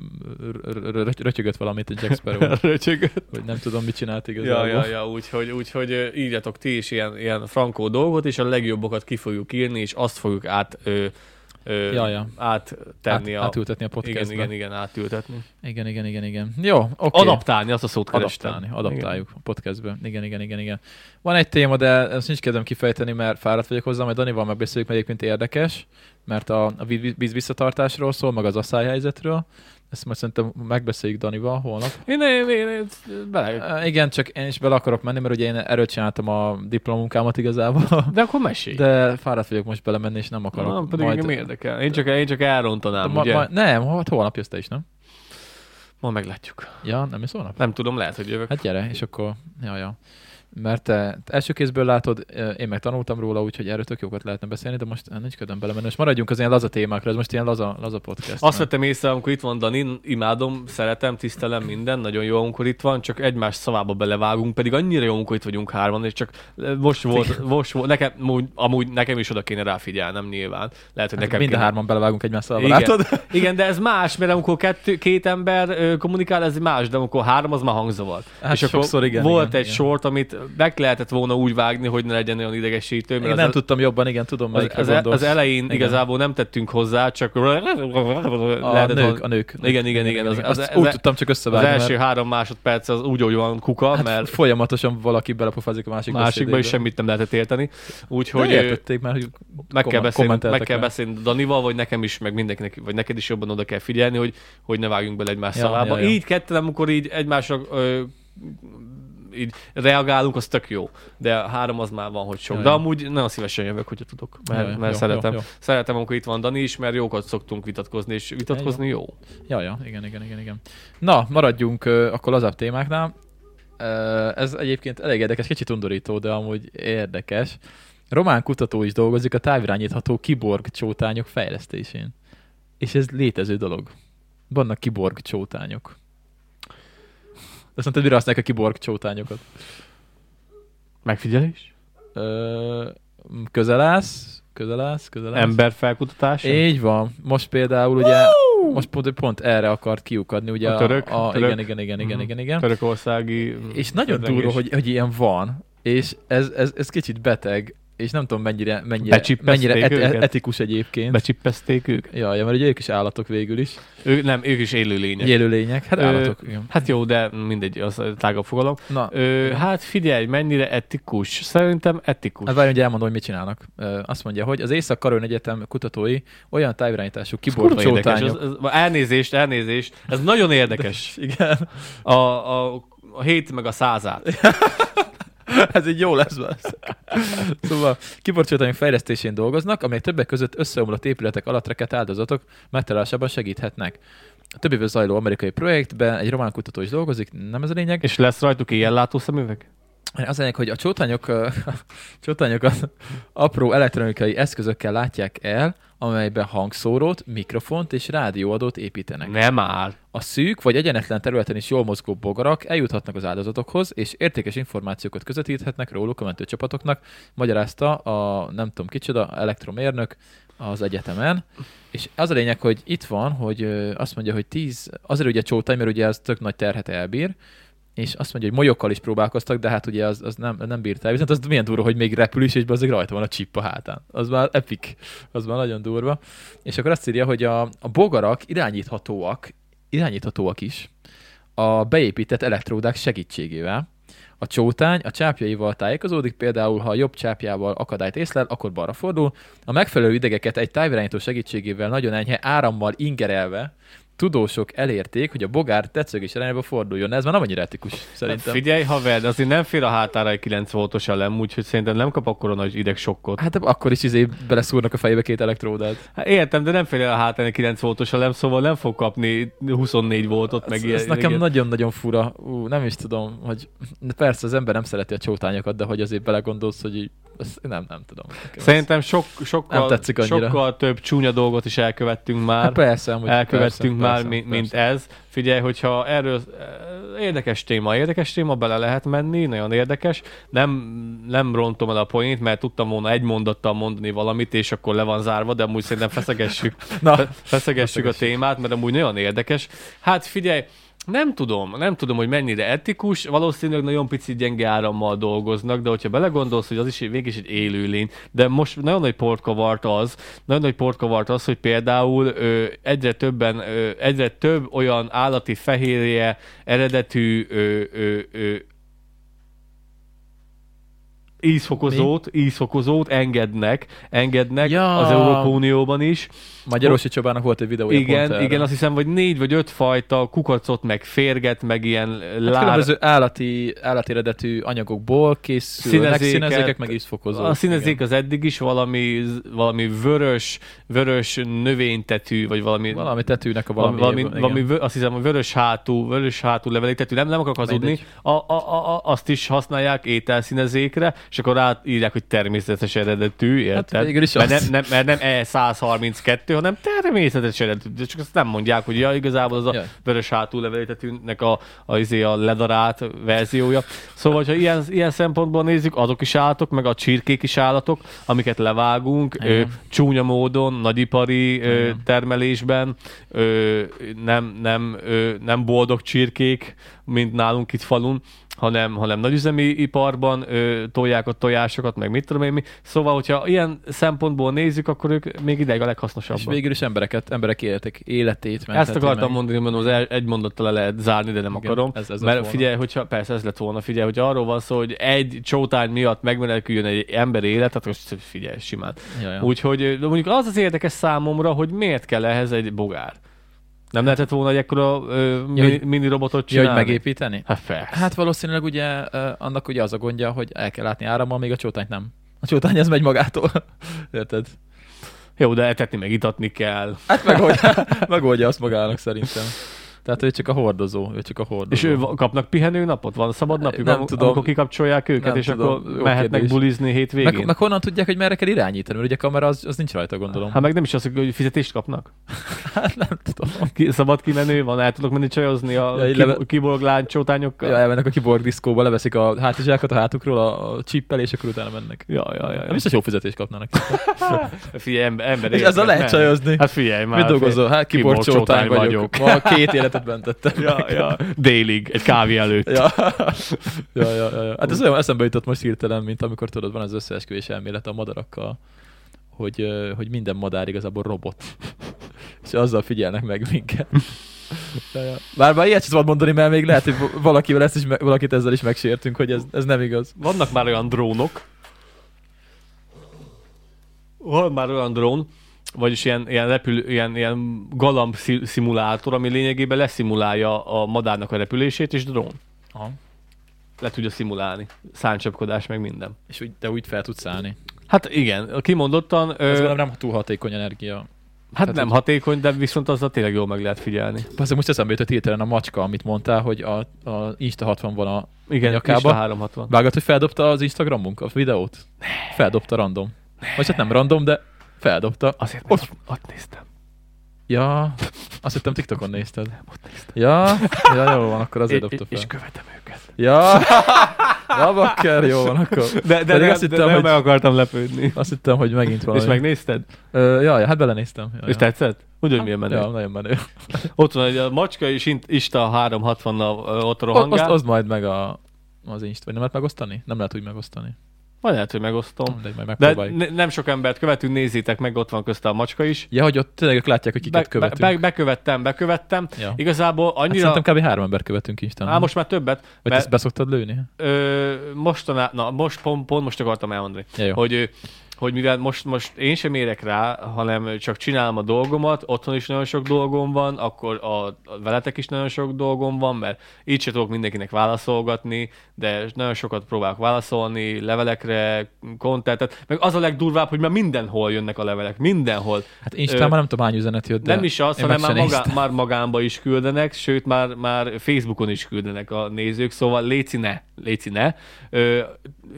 A: r- r- r- r- rötyögött valamit a Jack <laughs>
B: <laughs>
A: Sparrow,
B: röcsögök.
A: hogy nem tudom, mit csinált
B: Ja,
A: igazából.
B: ja, ja, úgyhogy, úgyhogy ö, írjatok ti is ilyen, ilyen frankó dolgot, és a legjobbokat ki fogjuk írni, és azt fogjuk át, ö, ö,
A: Ja, ja.
B: áttenni
A: Át,
B: a...
A: átültetni a
B: igen,
A: podcastba.
B: igen, igen, átültetni.
A: igen, igen, igen, igen. Jó, oké.
B: Okay. Adaptálni, azt a szót kerestem.
A: Adaptálni, adaptáljuk a podcastbe. Igen, igen, igen, igen. Van egy téma, de ezt nincs kedvem kifejteni, mert fáradt vagyok hozzá, majd Danival megbeszéljük, mert egyébként érdekes, mert a, a víz víz visszatartásról szól, meg az asszályhelyzetről. Ezt majd szerintem megbeszéljük Danival holnap.
B: Igen. Én, én, én, én bele...
A: Ö, Igen, csak én is bele akarok menni, mert ugye én erről csináltam a diplomunkámat igazából.
B: De akkor mesélj. De
A: De fáradt vagyok most belemenni, és nem akarok.
B: Na, pedig engem érdekel. Én csak, én csak elrontanám,
A: ma,
B: ugye?
A: ma,
B: Ma,
A: nem, hát holnap jössz te is, nem?
B: meglátjuk.
A: Ja, nem is holnap?
B: Nem tudom, lehet, hogy jövök.
A: Hát gyere, és akkor, ja, ja. Mert te te első kézből látod, ö, én meg tanultam róla, úgyhogy erről tök jókat lehetne beszélni, de most eh, nincs ködöm belemenni. Most maradjunk az ilyen laza témákra, ez most ilyen laza, laza podcast.
B: Azt
A: mert-
B: vettem észre, amikor itt van Dani, imádom, szeretem, tisztelem minden, nagyon jó, amikor itt van, csak egymás szavába belevágunk, pedig annyira jó, amikor itt vagyunk hárman, és csak most volt, most volt nekem, amúgy, amúgy nekem is oda kéne ráfigyelnem nyilván. Lehet, hogy
A: Hát
B: nekem
A: mind a
B: kéne.
A: hárman belevágunk egymás szavába,
B: Igen.
A: látod?
B: Igen, de ez más, mert amikor kettő, két ember ö, kommunikál, ez más, de amikor három, az már hangzavar.
A: Hát sokszor igen,
B: volt
A: igen,
B: egy
A: igen.
B: sort, amit meg lehetett volna úgy vágni, hogy ne legyen olyan idegesítő.
A: Én
B: Mert
A: nem
B: az,
A: tudtam jobban, igen, tudom,
B: az,
A: melyikre
B: az, az,
A: gondolsz.
B: az elején
A: Igen.
B: igen. igazából nem tettünk hozzá, csak
A: a,
B: lehetett
A: nők,
B: volna.
A: a nők.
B: Igen, igen, igen. Az, az,
A: Azt
B: az,
A: úgy
B: az,
A: tudtam csak
B: az
A: összevágni,
B: első
A: mert
B: három másodperc az úgy, hogy van kuka, hát, mert
A: folyamatosan valaki belepofázik a másik
B: másikban is
A: beszédébe.
B: semmit nem lehetett érteni.
A: Hogy
B: Úgyhogy ö,
A: értették már, hogy
B: meg kell,
A: komment-
B: beszélni,
A: kommenteltek
B: meg kell
A: rá.
B: beszélni Danival, vagy nekem is, meg mindenkinek, vagy neked is jobban oda kell figyelni, hogy, hogy ne vágjunk bele egymás
A: Ja,
B: ja, szavába.
A: ja,
B: Ja,
A: ja.
B: ja. Így ketten, amikor így egymásra ö, így reagálunk, az tök jó. De három az már van, hogy sok.
A: Ja,
B: Ja, De
A: ja.
B: amúgy nagyon szívesen jövök, hogyha tudok, mert,
A: Ja, ja,
B: mert
A: jó,
B: szeretem.
A: jó, jó.
B: Szeretem, amikor itt van Dani is, mert jókat szoktunk vitatkozni, és vitatkozni jó.
A: Ja, ja, igen, igen, igen, igen. Na, maradjunk ö, akkor lazább témáknál. Ö, Ez egyébként elég érdekes, kicsit undorító, de amúgy érdekes. Román kutató is dolgozik a távirányítható kiborg csótányok fejlesztésén. És ez létező dolog. Vannak kiborg csótányok. Azt mondtad, mire használják a kiborg csótányokat?
B: Megfigyelés?
A: Ö, Közel állsz, közel állsz, közel állsz.
B: Emberfelkutatás?
A: Így van. Most például ugye, most pont, pont erre akart kiukadni, ugye
B: A török,
A: a,
B: török.
A: igen, igen, igen, igen,
B: Mhm.
A: igen, igen.
B: Törökországi...
A: És nagyon
B: földrengés.
A: durva, hogy, hogy ilyen van, és ez, ez, ez kicsit beteg, és nem tudom mennyire, mennyire,
B: Becsippezték
A: mennyire et,
B: őket?
A: etikus egyébként.
B: Becsippezték ők?
A: ja, ja, mert ugye ők is állatok végül is.
B: Ők nem, ők is élő lények.
A: Élőlények. Hát
B: Ö,
A: állatok. igen.
B: Hát jó, de mindegy, az tágabb fogalom.
A: Na,
B: Ö, hát figyelj, mennyire etikus. Szerintem etikus.
A: Hát várj, hogy elmondom, hogy mit csinálnak. Ö, Azt mondja, hogy az észak karolin Egyetem kutatói olyan távirányítású
B: Ez kurva érdekes.
A: kiborgcsótányok.
B: Ez- ez- elnézést, elnézést. Ez nagyon érdekes.
A: <laughs> Igen,
B: A, a, a hét meg a százát.
A: ez így jó lesz. lesz. Szóval kiborgcsótányok fejlesztésén dolgoznak, amelyek többek között összeomlott épületek alatt rekett áldozatok megtalálásában segíthetnek. A több évvel zajló amerikai projektben egy román kutató is dolgozik, nem ez a lényeg.
B: És lesz rajtuk ilyen látó szemüveg?
A: Az lényeg, hogy a csótányok, ö, <laughs> csótányokat apró elektronikai eszközökkel látják el, amelyben hangszórót, mikrofont és rádióadót építenek.
B: Nem áll.
A: A szűk vagy egyenetlen területen is jól mozgó bogarak eljuthatnak az áldozatokhoz, és értékes információkat közvetíthetnek róluk a mentőcsapatoknak, magyarázta a nem tudom kicsoda elektromérnök az egyetemen. És az a lényeg, hogy itt van, hogy ö, azt mondja, hogy 10, azért ugye csótány, mert ugye az tök nagy terhet elbír, és azt mondja, hogy molyokkal is próbálkoztak, de hát ugye az, az nem, nem bírt el. Viszont az milyen durva, hogy még repül is, és azért rajta van a csipp a hátán. Az már epik, az már nagyon durva. És akkor azt írja, hogy a, a bogarak irányíthatóak, irányíthatóak is a beépített elektródák segítségével. A csótány a csápjaival tájékozódik, például ha a jobb csápjával akadályt észlel, akkor balra fordul. A megfelelő idegeket egy távirányító segítségével nagyon enyhe árammal ingerelve tudósok elérték, hogy a bogár tetszőgés irányába forduljon. Ez már nem annyira etikus,
B: Hát
A: szerintem.
B: figyelj, haver, azért nem fér a hátára egy 9 voltos elem, úgyhogy szerintem nem kap akkora nagy idegsokkot.
A: Hát akkor is izé beleszúrnak a fejébe két elektródát.
B: Hát értem, de nem fér el a hátán egy 9 voltos elem, szóval nem fog kapni 24 voltot, meg
A: ez,
B: ilyen.
A: ez
B: meg
A: nekem
B: ilyen.
A: nagyon-nagyon fura. Ú, nem is tudom, hogy persze az ember nem szereti a csótányokat, de hogy azért belegondolsz, hogy így, ezt nem, nem tudom. Nekem ez-
B: Szerintem sok, sokkal,
A: Nem tetszik annyira.
B: sokkal több csúnya dolgot is elkövettünk már.
A: Hát persze, amúgy
B: elkövettünk
A: persze, persze,
B: már, mi-
A: persze.
B: mint ez. Figyelj, hogyha erről eh, érdekes téma, érdekes téma, bele lehet menni, nagyon érdekes. Nem, nem rontom el a poént, mert tudtam volna egy mondattal mondani valamit, és akkor le van zárva, de amúgy szerintem feszegessük,
A: Na.
B: fe- feszegessük a témát, mert amúgy nagyon érdekes. Hát figyelj, nem tudom, nem tudom, hogy mennyire etikus, valószínűleg nagyon pici gyenge árammal dolgoznak, de hogyha belegondolsz, hogy az is egy- végig is egy élőlény, de most nagyon nagy portkavart az, nagyon nagy portkavart az, hogy például ö, egyre többen, ö, egyre több olyan állati fehérje eredetű ö, ö, ö, ízfokozót, ízfokozót engednek, engednek
A: Ja.
B: ja. az Európa Unióban is,
A: Magyarosi Csabának volt egy videója pont
B: igen,
A: erre.
B: igen, azt hiszem, vagy négy vagy öt fajta kukacot, meg férget, meg ilyen lár...
A: Hát különböző állati, állati eredetű anyagokból készülnek
B: Színezéket.
A: színezékek, meg ízfokozók.
B: a színezék
A: Igen.
B: az eddig is valami, valami vörös, vörös növénytetű, vagy valami...
A: Valami tetűnek a valami.
B: Valami, valami,
A: igen.
B: valami vö, azt hiszem, a vörös hátú, vörös hátú leveléktetű, nem, nem akarok hazudni,
A: Mindegy.
B: a, a, a, a, azt is használják ételszínezékre, és akkor ráírják, hogy természetes eredetű, érted?
A: Hát végül is
B: mert, nem,
A: az.
B: nem, mert nem E132, hanem természetes eredetű, de csak azt nem mondják, hogy ja, igazából az a
A: Jaj.
B: vörös hátú leveléktetűnek a, a, izé a ledarált verziója. Szóval, ha ilyen, ilyen szempontból nézzük, azok is állatok, meg a csirkék is állatok, amiket levágunk, ö,
A: Igen.
B: csúnya módon, nagyipari ö, termelésben, ö, nem, nem, ö, nem boldog csirkék, mint nálunk itt falun, hanem, hanem nagyüzemi iparban ö, tolják a tojásokat, meg mit tudom én mi. Szóval, hogyha ilyen szempontból nézzük, akkor ők még ideig a
A: És
B: leghasznosabbak.
A: végül is embereket, emberek életek, életét
B: Ezt
A: mentheti
B: akartam
A: meg.
B: mondani, mondom, az el- egy mondattal le lehet zárni, de nem
A: Igen,
B: akarom.
A: ez- ez lett
B: mert
A: volna.
B: figyelj, hogyha, persze ez lett volna, figyelj, hogy arról van szó, hogy egy csótány miatt megmeneküljön egy ember élet, hát most figyelj, simán.
A: Ja, ja.
B: Úgyhogy de mondjuk az az érdekes számomra, hogy miért kell ehhez egy bogár. Nem lehetett volna egy ekkora ö,
A: Ja,
B: mini,
A: hogy-
B: mini robotot
A: ja,
B: csinálni?
A: hogy megépíteni?
B: Hát persze.
A: Hát valószínűleg ugye ö, annak ugye az a gondja, hogy el kell látni árammal, még a csótányt nem. A csótány ez megy magától. <laughs> Érted?
B: Jó, de etetni meg itatni kell.
A: Hát
B: <laughs>
A: megoldja, megoldja azt magának szerintem. Tehát ő csak a hordozó, ő csak a hordozó.
B: És ő va- kapnak pihenőnapot? Van szabad napjuk,
A: Nem
B: am-
A: tudom.
B: amikor kikapcsolják őket,
A: Nem
B: és
A: tudom.
B: akkor
A: Jó
B: mehetnek
A: kérdés.
B: bulizni hétvégén?
A: meg, meg, honnan tudják, hogy merre kell irányítani? Mert ugye a kamera az, az nincs rajta, gondolom.
B: Hát meg nem is az, hogy fizetést kapnak.
A: <laughs> Hát nem tudom.
B: Ki, szabad kimenő van, el tudok menni csajozni a
A: Ja,
B: ja,
A: így leve-
B: kib- kiborg láncsótányokkal.
A: Ja, elmennek a kiborg diszkóba, leveszik a hátizsákot a hátukról, a, a csippel, és akkor utána mennek.
B: Ja, ja, ja.
A: Nem
B: ja.
A: biztos jó fizetést kapnának.
B: Figyelj, ember, ember
A: És ezzel lehet csajozni.
B: Hát figyelj már.
A: Mit dolgozol? Hát
B: kiborg
A: kiborcsótány
B: csótány
A: vagyok. Ma két életet bentettem.
B: Ja, ja. Délig, egy kávé előtt.
A: Ja. <laughs> ja, ja, ja, ja. Hát ez olyan eszembe jutott most hirtelen, mint amikor tudod, van az összeesküvés elmélet a madarakkal, hogy, ö, hogy minden madár igazából robot. <laughs> És azzal figyelnek meg <laughs> minket. Ja, ja. Bár már ilyet sem szabad mondani, mert még lehet, hogy valakivel ezt is, me- valakit ezzel is megsértünk, hogy ez, ez nem igaz.
B: Vannak már olyan drónok, van már olyan drón, vagyis ilyen, ilyen, repül, ilyen, ilyen galamb szi- szimulátor, ami lényegében leszimulálja a madárnak a repülését, és drón.
A: Aha.
B: Le tudja szimulálni. Száncsapkodás, meg minden.
A: És úgy, de úgy fel tudsz állni.
B: Hát igen, kimondottan,
A: Ez
B: ö,
A: gondolom nem túl hatékony energia.
B: hát
A: tehát
B: nem
A: úgy-
B: hatékony, de viszont azzal tényleg jól meg lehet figyelni.
A: Persze most eszembe jutott hirtelen a macska, amit mondtál, hogy a, a Insta 60 van a
B: Igen,
A: Nyakába.
B: Insta 360.
A: Vágod, hogy feldobta az Instagramunk a videót? Ne. Feldobta random. Ne. Vagy hát nem random, de feldobta.
B: Azért,
A: Ott-
B: mert ott, ott néztem.
A: Ja, azt hittem TikTokon nézted.
B: Ott néztem.
A: Ja, ja jó van, akkor azért
B: É-
A: dobta fel.
B: és követem őket.
A: Ja, ja bakker, jó van akkor.
B: De, de,
A: Pedig
B: de,
A: azt
B: de, de,
A: hittem,
B: de
A: hogy-
B: meg akartam lepődni.
A: Azt hittem, hogy megint valami.
B: És megnézted?
A: Ö, ja, ja, hát belenéztem. Ja,
B: És
A: ja.
B: tetszett? Ugyan milyen menő.
A: Ja, nagyon menő.
B: Ott van egy a macska és Int- Insta 360-nal ö,
A: Azt
B: ott rohangál.
A: az majd meg a, az Insta, vagy nem lehet megosztani? Nem lehet úgy megosztani.
B: Majd lehet, hogy megosztom.
A: De majd
B: De
A: megpróbáljuk.
B: ne, nem sok embert követünk, nézzétek meg, ott van közte a macska is.
A: Ja, hogy ott tényleg ők látják, hogy kiket
B: Be,
A: követünk.
B: be, be, bekövettem, bekövettem.
A: ja.
B: Igazából
A: Hát
B: annyira...
A: szerintem kb. három ember követünk Instán.
B: Á, most már többet,
A: Vagy
B: mert
A: ezt beszoktad lőni?
B: ö, mostaná, na, most pont, pont most akartam elmondani,
A: Ja, jó.
B: hogy, ö, hogy mivel most, most én sem érek rá, hanem csak csinálom a dolgomat, otthon is nagyon sok dolgom van, akkor a, a veletek is nagyon sok dolgom van, mert így se tudok mindenkinek válaszolgatni, de nagyon sokat próbálok válaszolni, levelekre, kontentet, meg az a legdurvább, hogy már mindenhol jönnek a levelek, mindenhol.
A: Hát Instán
B: Ö,
A: már nem tudom hány üzenet jött, de
B: Nem is az,
A: én meg
B: hanem már,
A: se
B: magá,
A: néztem.
B: már magánba is küldenek, sőt, már, már Facebookon is küldenek a nézők, szóval léci ne, léci ne. Ö,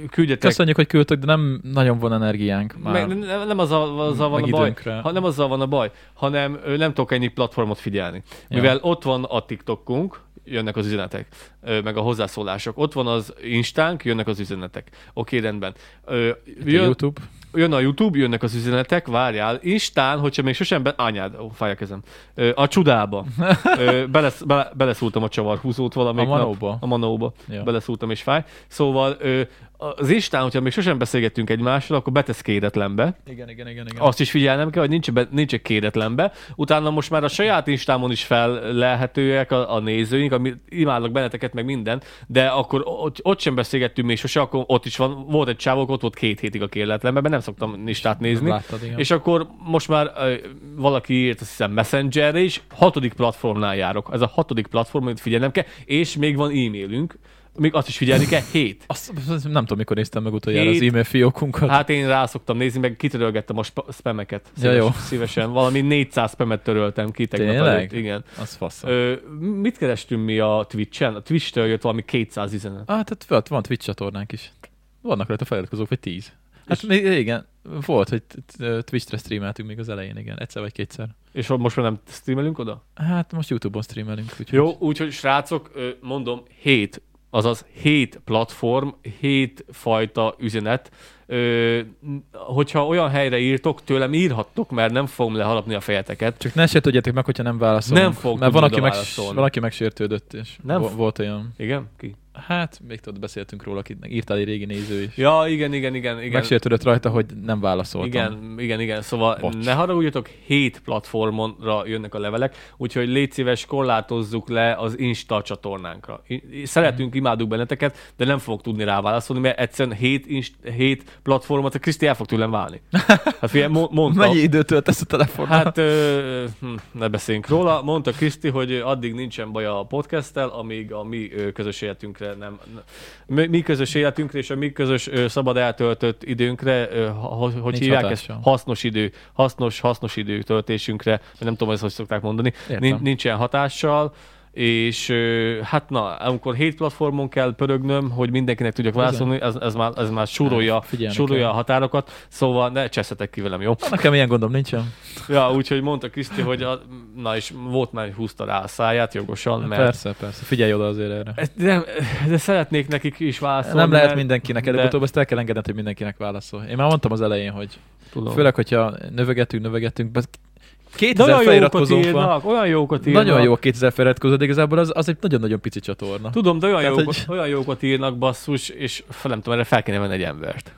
B: küldjetek.
A: Köszönjük, hogy küldtök, de nem nagyon van energiánk már.
B: Meg, nem, nem azzal, azzal van
A: Meg
B: a baj,
A: időnkre.
B: ha, nem azzal van a baj, hanem ö, nem tudok ennyi platformot figyelni.
A: Ja.
B: Mivel ott van a TikTokunk, jönnek az üzenetek, ö, meg a hozzászólások. Ott van az Instánk, jönnek az üzenetek. Oké, rendben. Ö,
A: Jön...
B: jön,
A: YouTube.
B: jön a YouTube, jönnek az üzenetek, várjál, Instán, hogyha még sosem be... Anyád, ó, fáj a kezem. Ö, a
A: <laughs>
B: csudába. Ö, belesz, bele, beleszúrtam a csavarhúzót valamelyik
A: A Manóba?
B: Nap. A manóba.
A: Ja.
B: Ja. Beleszúrtam és fáj. Szóval ö, az Instán, hogyha még sosem beszélgettünk egymással, akkor betesz kéretlenbe.
A: Igen, igen, igen. igen.
B: Azt is figyelnem kell, hogy nincs, be, nincs kéretlenbe. Utána most már a saját Instámon is fel lehetőek a, a nézőink, ami imádlak benneteket, meg minden, de akkor ott, ott sem beszélgettünk még sose, akkor ott is van, volt egy csávok, ott volt két hétig a kéretlenben, mert nem szoktam Instát nézni.
A: Láttad, igen.
B: És akkor most már ö, valaki írt, azt hiszem Messengerre is, hatodik platformnál járok. Ez a hatodik platform, amit figyelnem kell, és még van e-mailünk, még azt is figyelni kell, hét.
A: Azt, azt nem tudom, mikor néztem meg utoljára az
B: Hét-
A: e-mail fiókunkat. Hát,
B: Hát én rá szoktam nézni, meg kitörölgettem a sp- spameket.
A: Ja, jó.
B: Szívesen. Valami 400 spamet töröltem ki tegnap
A: Tényleg?
B: előtt. Igen.
A: az fasz.
B: Ö, mit kerestünk mi a Twitch-en? A Twitch-től jött valami 200 üzenet.
A: Ah, tehát ott van Twitch csatornánk is. Vannak rajta feliratkozók, vagy tíz. Hát még, igen, volt, hogy t- t- Twitchre streameltünk még az elején, igen. Egyszer vagy kétszer.
B: És most már nem streamelünk oda?
A: Hát most YouTube-on streamelünk, úgyhogy...
B: Jó, úgyhogy srácok, ö, mondom, 7, azaz 7 platform, 7 fajta üzenet. Ö, n- hogyha olyan helyre írtok, tőlem írhattok, mert nem fogom leharapni a fejeteket.
A: Csak ne se tudjátok meg, hogyha nem válaszolunk.
B: Nem fog
A: Mert van
B: tudni
A: aki, meg,
B: válaszolni.
A: van, aki megsértődött, és
B: Nem
A: nem
B: fog.
A: volt olyan.
B: Igen? Ki?
A: Hát, még tudod, beszéltünk róla, akinek írtál egy régi néző is.
B: Ja, igen, igen, igen. igen.
A: Megsértődött rajta, hogy nem válaszoltam.
B: Igen, igen, igen. Szóval
A: Bocs.
B: Bocs. ne haragudjatok, hét platformonra jönnek a levelek, úgyhogy légy szíves, korlátozzuk le az Insta csatornánkra. I- i- Szeretünk, imádunk benneteket, de nem fogok tudni rá válaszolni, mert egyszerűen hét, inst- hét platformot, a Kriszti el fog tőlem válni. Hát figyelj, mo- mondtam.
A: Mennyi időt töltesz a telefonon?
B: Hát ö, hm, ne beszéljünk róla. Mondta Kriszti, hogy addig nincsen baj a podcasttel, amíg a mi ö, közös életünkre nem... Mi, mi közös életünkre és a mi közös ö, szabad eltöltött időnkre, ö, ha- hogy
A: Nincs
B: hívják
A: hatása.
B: ezt? Hasznos idő. Hasznos, hasznos idő töltésünkre. Nem tudom, ezt hogy szokták mondani.
A: Értem.
B: Nin- Nincsen hatással és ö, hát na, amikor hét platformon kell pörögnöm, hogy mindenkinek tudjak válaszolni, ez, ez, már, ez már súrolja,
A: figyelni
B: súrolja
A: kell.
B: a határokat, szóval ne cseszetek ki velem, jó?
A: Nekem ilyen gondom nincsen.
B: Ja, úgyhogy mondta Kriszti, hogy a, na és volt már, hogy húzta rá a száját jogosan, mert... Persze.
A: Hát Persze, persze. Figyelj oda azért erre.
B: De, de szeretnék nekik is válaszolni.
A: nem lehet
B: szóval mert-
A: mindenkinek,
B: de-
A: előbb-utóbb ezt el kell engedned, hogy mindenkinek válaszol. Én már mondtam az elején, hogy
B: Tudom.
A: főleg, hogyha növegetünk, növegetünk, baz-
B: de
A: 2000
B: olyan jókat
A: feliratkozónk van.
B: írnak, olyan jókat írnak.
A: Nagyon jó a 2000 feliratkozó, de igazából az, az egy nagyon-nagyon pici csatorna.
B: Tudom, de olyan,
A: Tehát,
B: Tehát, jókat,
A: hogy-
B: olyan jókat írnak basszus, és fel- nem tudom, erre fel kéne venni egy embert.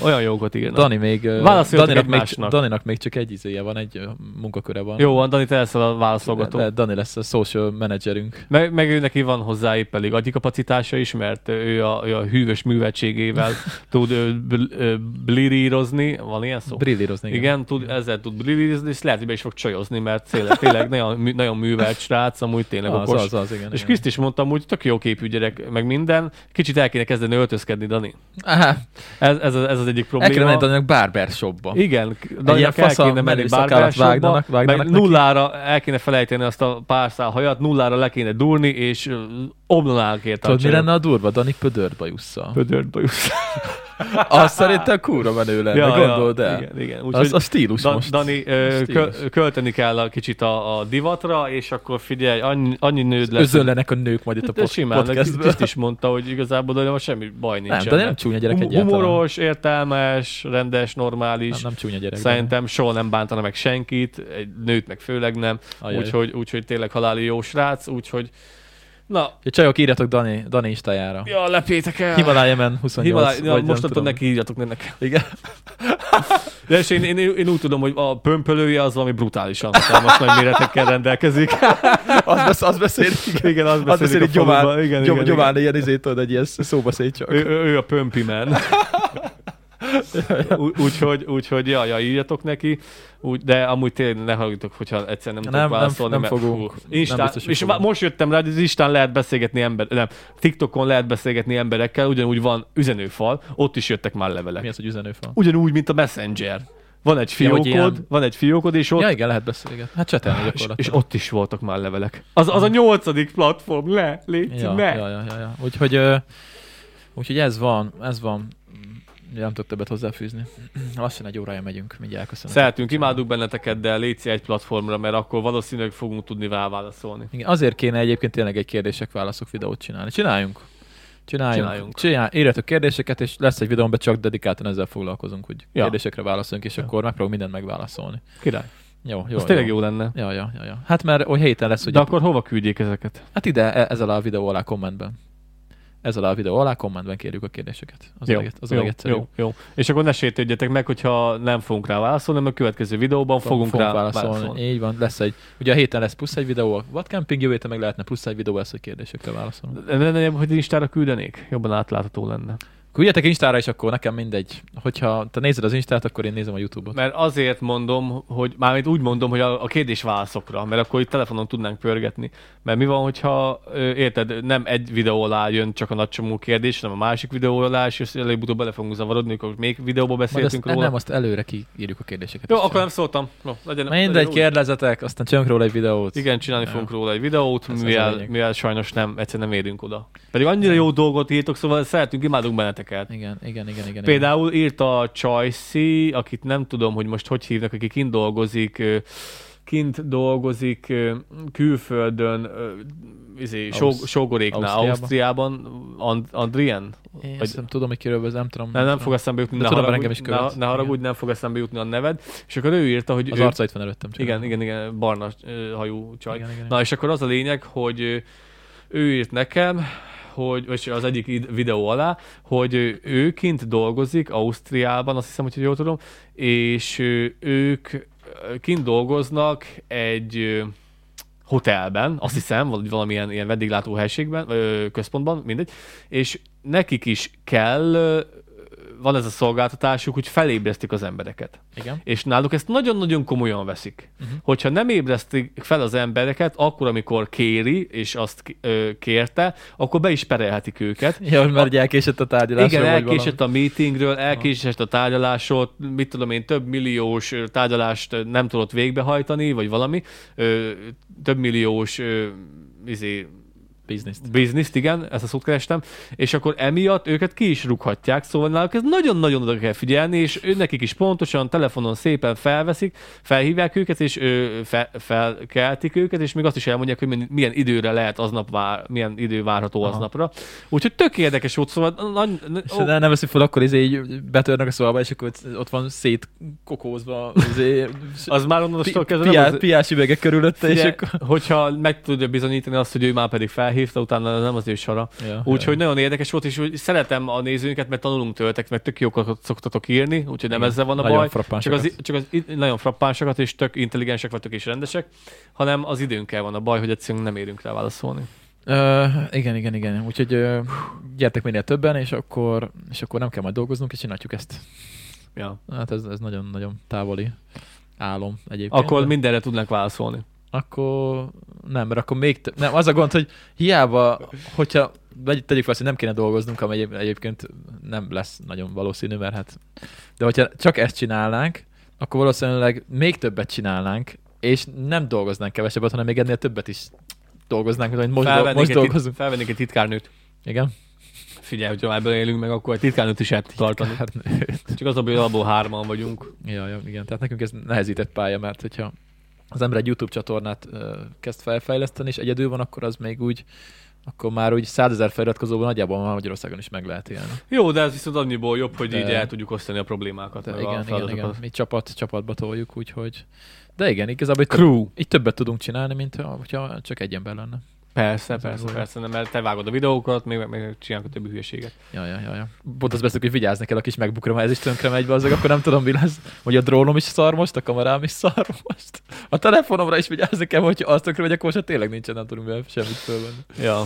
B: Olyan jókat írnak.
A: Dani még, ö,
B: Válaszoljatok
A: Daninak még,
B: egymásnak.
A: Daninak még csak egy izéje van, egy ö, munkaköre van.
B: Jó van, Dani, te leszel a
A: De,
B: válaszolgató.
A: de Dani lesz a social managerünk.
B: Meg, meg ő neki van hozzá épp elég agykapacitása is, mert ő a, ő a hűvös
A: <laughs>
B: művetségével tud ö, bl- ö, blirírozni. Van ilyen szó?
A: Brillírozni.
B: Igen, igen tud, ezzel tud brillírozni, és lehet, hogy be is fog csajozni, mert
A: <laughs>
B: tényleg, tényleg nagyon, mű- nagyon művelt srác, amúgy tényleg
A: Az,
B: okos.
A: az, az, igen.
B: És
A: igen.
B: Kriszt is mondta, hogy tök jó képű gyerek, meg minden. Kicsit el kéne kezdeni öltözkedni, Dani.
A: Áh,
B: Ez, ez, az- ez az egyik
A: el kéne
B: probléma.
A: menni Daninak barbershopba.
B: Igen, Daninak el
A: fasza
B: kéne menni
A: menő szakállat
B: barbershopba,
A: vágnának- vágnának
B: meg
A: neki.
B: nullára el kéne felejteni azt a pár szál hajat, nullára le kéne durni, és ö, omlanál kéne
A: Tudod, mi lenne a durva? Dani pödört bajussza.
B: Pödört bajusz.
A: Azt szerintem kúra menő lenne, ja, gondold el.
B: Igen, igen.
A: az a stílus
B: Da-
A: most.
B: Dani, ö,
A: Stílus.
B: kö- költeni kell a kicsit a, a divatra, és akkor figyelj, annyi, annyi nőd lesz.
A: Özönlenek a nők majd itt a
B: de
A: pod-
B: simán, de
A: podcastből.
B: Kriszt is mondta, hogy igazából de most semmi baj nincs.
A: Nem, de nem
B: ennek.
A: csúnya gyerek
B: Hum-
A: egyáltalán.
B: Humoros, értelmes, rendes, normális.
A: Nem, nem csúnya gyerek.
B: Szerintem soha nem bántana meg senkit, egy nőt meg főleg nem,
A: Ajaj.
B: úgyhogy, úgyhogy tényleg haláli jó srác, úgyhogy na,
A: Ja, csajok, írjatok Dani, Dani Instájára.
B: ja, lepétek el.
A: Himalája men 28.
B: Himalá- ja,
A: vagy nem
B: mostantól
A: tudom.
B: neki írjatok ne nekem.
A: Igen. <laughs>
B: De és én, én, én, úgy tudom, hogy a pömpölője az valami brutálisan hatalmas nagy méretekkel rendelkezik.
A: Azt, besz, azt beszél,
B: Igen, az
A: azt beszél, hogy gyomán,
B: faluban.
A: igen, gyom, igen, gyomán igen. ilyen izét tudod, egy ilyen szóba csak.
B: Ő, ő, ő a pömpi
A: <laughs>
B: man. Ú- Úgyhogy, úgyhogy, ja, ja, írjatok neki, úgy, de amúgy tényleg ne hallgatok, hogyha egyszer
A: Nem,
B: nem, tudok
A: nem-
B: válaszolni.
A: nem
B: mert,
A: fogunk.
B: fú,
A: Nem
B: Instán,
A: biztos, hogy
B: és
A: fogunk.
B: fogunk. most jöttem rá, hogy az Instán lehet beszélgetni ember, nem, TikTokon lehet beszélgetni emberekkel, ugyanúgy van üzenőfal, ott is jöttek már levelek.
A: Mi az, hogy üzenőfal?
B: Ugyanúgy, mint a Messenger. Van egy
A: Ja, hogy
B: fiókod,
A: ilyen-
B: van egy fiókod, és ott Ah,
A: Ja, igen, lehet beszélgetni. Hát csetelni
B: És,
A: gyakorlatilag.
B: és ott is voltak már levelek. Az, az a nyolcadik platform, le, légy,
A: ja,
B: ne.
A: ja, ja, ja, ja. Úgyhogy, ö, úgyhogy ez van, ez van. Ja, nem tudok többet hozzáfűzni. <clears throat> Lassan egy órája megyünk, mindjárt köszönöm.
B: Szeretünk, imádunk benneteket, de légy szíves egy platformra, mert akkor valószínűleg fogunk tudni rá válaszolni.
A: Igen, azért kéne egyébként tényleg egy kérdések-válaszok videót csinálni. Csináljunk. Csináljunk. Csináljunk.
B: Csináljunk.
A: Csinál, írjatok kérdéseket, és lesz egy videó, amiben csak dedikáltan ezzel foglalkozunk, hogy ja.
B: Ja.
A: kérdésekre válaszolunk, és ja. akkor megpróbálunk mindent megválaszolni.
B: Király.
A: Jó, jó.
B: Az tényleg jó lenne.
A: Ja, ja, ja, ja. Hát mert olyan héten lesz, hogy...
B: De akkor hova küldjék ezeket?
A: Hát ide, e- ez alá a videó alá kommentben. Ez alá a videó alá kommentben kérjük a kérdéseket. Az a leg, az a
B: jó,
A: legegyszerűbb.
B: jó, jó. És akkor ne sértődjetek meg, hogyha nem fogunk rá válaszolni, mert a következő videóban fogunk, rá válaszolni. válaszolni.
A: Így van, lesz egy, ugye a héten lesz plusz egy videó, a vadcamping jövő héten meg lehetne plusz egy videó, lesz, hogy kérdésekre válaszolunk.
B: Nem lenne, hogy Instára küldenék? Jobban átlátható lenne.
A: Küldjetek Instára is, akkor nekem mindegy. Hogyha te nézed az Instát, akkor én nézem a Youtube-ot.
B: Mert azért mondom, hogy mármint úgy mondom, hogy a, a kérdés válaszokra, mert akkor itt telefonon tudnánk pörgetni. Mert mi van, hogyha ö, érted, nem egy videó alá jön csak a nagy csomó kérdés, hanem a másik videó alá, és ezt előbb-utóbb bele fogunk zavarodni, akkor még videóba
A: Majd azt,
B: beszéltünk róla.
A: nem, azt előre kiírjuk a kérdéseket.
B: Jó,
A: is.
B: akkor nem szóltam. No, legyen, legyen
A: Mindegy,
B: úgy.
A: kérdezetek, aztán csinálunk róla egy videót.
B: Igen, csinálni
A: Ja.
B: fogunk róla egy videót,
A: Ez az a
B: mivel,
A: lényeg.
B: mivel, sajnos nem, egyszerűen nem érünk oda. Pedig annyira jó dolgot írtok, szóval szeretünk, imádunk benneteket.
A: Igen, igen, igen, igen.
B: Például írta a Csajci, akit nem tudom, hogy most hogy hívnak, aki kint dolgozik, ö, kint dolgozik ö, külföldön, ö, izé,
A: Ausz-
B: só- sógoréknál,
A: Ausztriában.
B: Ausztriában, And- Andrien?
A: Én
B: vagy-
A: azt nem tudom, hogy kiről ez, nem tudom.
B: Nem, nem fog eszembe jutni,
A: Hm. De
B: ne
A: tudom,
B: haragudj,
A: engem is
B: ne,
A: követ.
B: ne haragudj, nem fog eszembe jutni a neved. És akkor ő írta, hogy
A: Az
B: ő,
A: arca itt van előttem. csak.
B: igen, igen, igen, barna ö, hajú csaj.
A: igen, igen.
B: Na és akkor az a lényeg, hogy ö, ő írt nekem, hogy, vagy az egyik id- videó alá, hogy ő- ő kint dolgozik Ausztriában, azt hiszem, hogy jól tudom, és ő- ők ö, kint dolgoznak egy ö, hotelben, azt hiszem, vagy valamilyen ilyen vendéglátóhelységben, ö, központban, mindegy, és nekik is kell, ö, van ez a szolgáltatásuk, hogy felébresztik az embereket.
A: Igen.
B: És náluk ezt nagyon-nagyon komolyan veszik. Uh-huh. Hogyha nem ébresztik fel az embereket, akkor, amikor kéri, és azt k- ö, kérte, akkor be is perelhetik őket.
A: <laughs> Ja, mert ugye elkésett a tárgyalás.
B: Igen, elkésett a meetingről, elkésett a tárgyalásról, mit tudom én, több milliós ö, tárgyalást ö, nem tudott végrehajtani, vagy valami, ö, több milliós ö, izé,
A: Bizniszt.
B: bizniszt, igen, ezt a szót kerestem, és akkor emiatt őket ki is rúghatják, szóval náluk ez nagyon-nagyon oda kell figyelni, és ő nekik is pontosan telefonon szépen felveszik, felhívják őket, és ő, fe, felkeltik őket, és még azt is elmondják, hogy men- milyen időre lehet aznap vár, milyen idő várható
A: Aha.
B: aznapra. Úgyhogy tök érdekes volt, szóval nagy,
A: És
B: ó,
A: oh. nem veszik fel, akkor izé így betörnek a szobába, és akkor ott van szétkokózva
B: <laughs>
A: izé,
B: az már onnantól
A: pi-
B: kezdve nem
A: piá-
B: az-
A: piás üvegek körülötte, és
B: Ugye,
A: akkor...
B: hogyha meg tudja bizonyítani azt, hogy ő már pedig felhívta, utána nem az ő sara.
A: Ja,
B: Úgyhogy
A: ja.
B: nagyon érdekes volt, és úgy szeretem a nézőinket, mert tanulunk tőletek, mert tök jókat szoktatok írni, úgyhogy nem
A: Igen.
B: ezzel van a
A: Nagyon
B: baj. Csak
A: frappánsokat.
B: az, csak az i- nagyon frappánsokat, és tök intelligensek vagytok és rendesek, hanem az időnkkel van a baj, hogy egyszerűen nem érünk rá válaszolni.
A: Ö, igen, igen, igen. Úgyhogy ö, gyertek minél többen, és akkor, és akkor nem kell majd dolgoznunk, és csináljuk ezt.
B: Ja.
A: Hát ez, ez nagyon-nagyon távoli álom egyébként.
B: Akkor
A: De-
B: mindenre tudnak válaszolni.
A: Akkor nem, mert akkor még... T- nem, az a gond, hogy hiába, hogyha vagy tegyük fel, azt, hogy nem kéne dolgoznunk, ami egyéb, egyébként nem lesz nagyon valószínű, mert hát... De hogyha csak ezt csinálnánk, akkor valószínűleg még többet csinálnánk, és nem dolgoznánk kevesebbet, hanem még ennél többet is dolgoznánk, mint amit most, do- most
B: Felvennék, egy,
A: dolgozunk.
B: tit- felvennék egy titkárnőt.
A: Igen?
B: Figyelj, hogyha ebből élünk meg, akkor egy titkárnőt is el tud tartani. Csak az a baj, hogy abból hárman vagyunk.
A: Ja, ja, igen. Tehát nekünk ez nehezített pálya, mert hogyha az ember egy YouTube csatornát ö, kezd felfejleszteni, és egyedül van, akkor az még úgy, akkor már úgy százezer feliratkozóban nagyjából már Magyarországon is meg lehet élni.
B: Jó, de ez viszont annyiból jobb, hogy így
A: De-
B: el tudjuk osztani a problémákat.
A: De
B: meg a
A: igen, igen, igen.
B: feladatokat.
A: Mi csapat, csapatba toljuk, úgyhogy... De igen, igazából itt,
B: Crew.
A: itt többet tudunk csinálni, mint ha- hogyha csak egy ember lenne.
B: Persze,
A: Ez
B: persze,
A: megvan.
B: persze, nem, mert te vágod a videókat, még, még csinálunk a többi hülyeséget.
A: Ja, ja, ja, ja. Pont azt beszéltük, hogy vigyázni kell a kis megbukra, mert ez is tönkre megy be, azok, akkor nem tudom, mi lesz. Hogy a drónom is szar most, a kamerám is szar most. A telefonomra is vigyázni kell, hogy azt tönkre megy, akkor most tényleg nincsen, nem tudunk be semmit fölvenni.
B: Ja,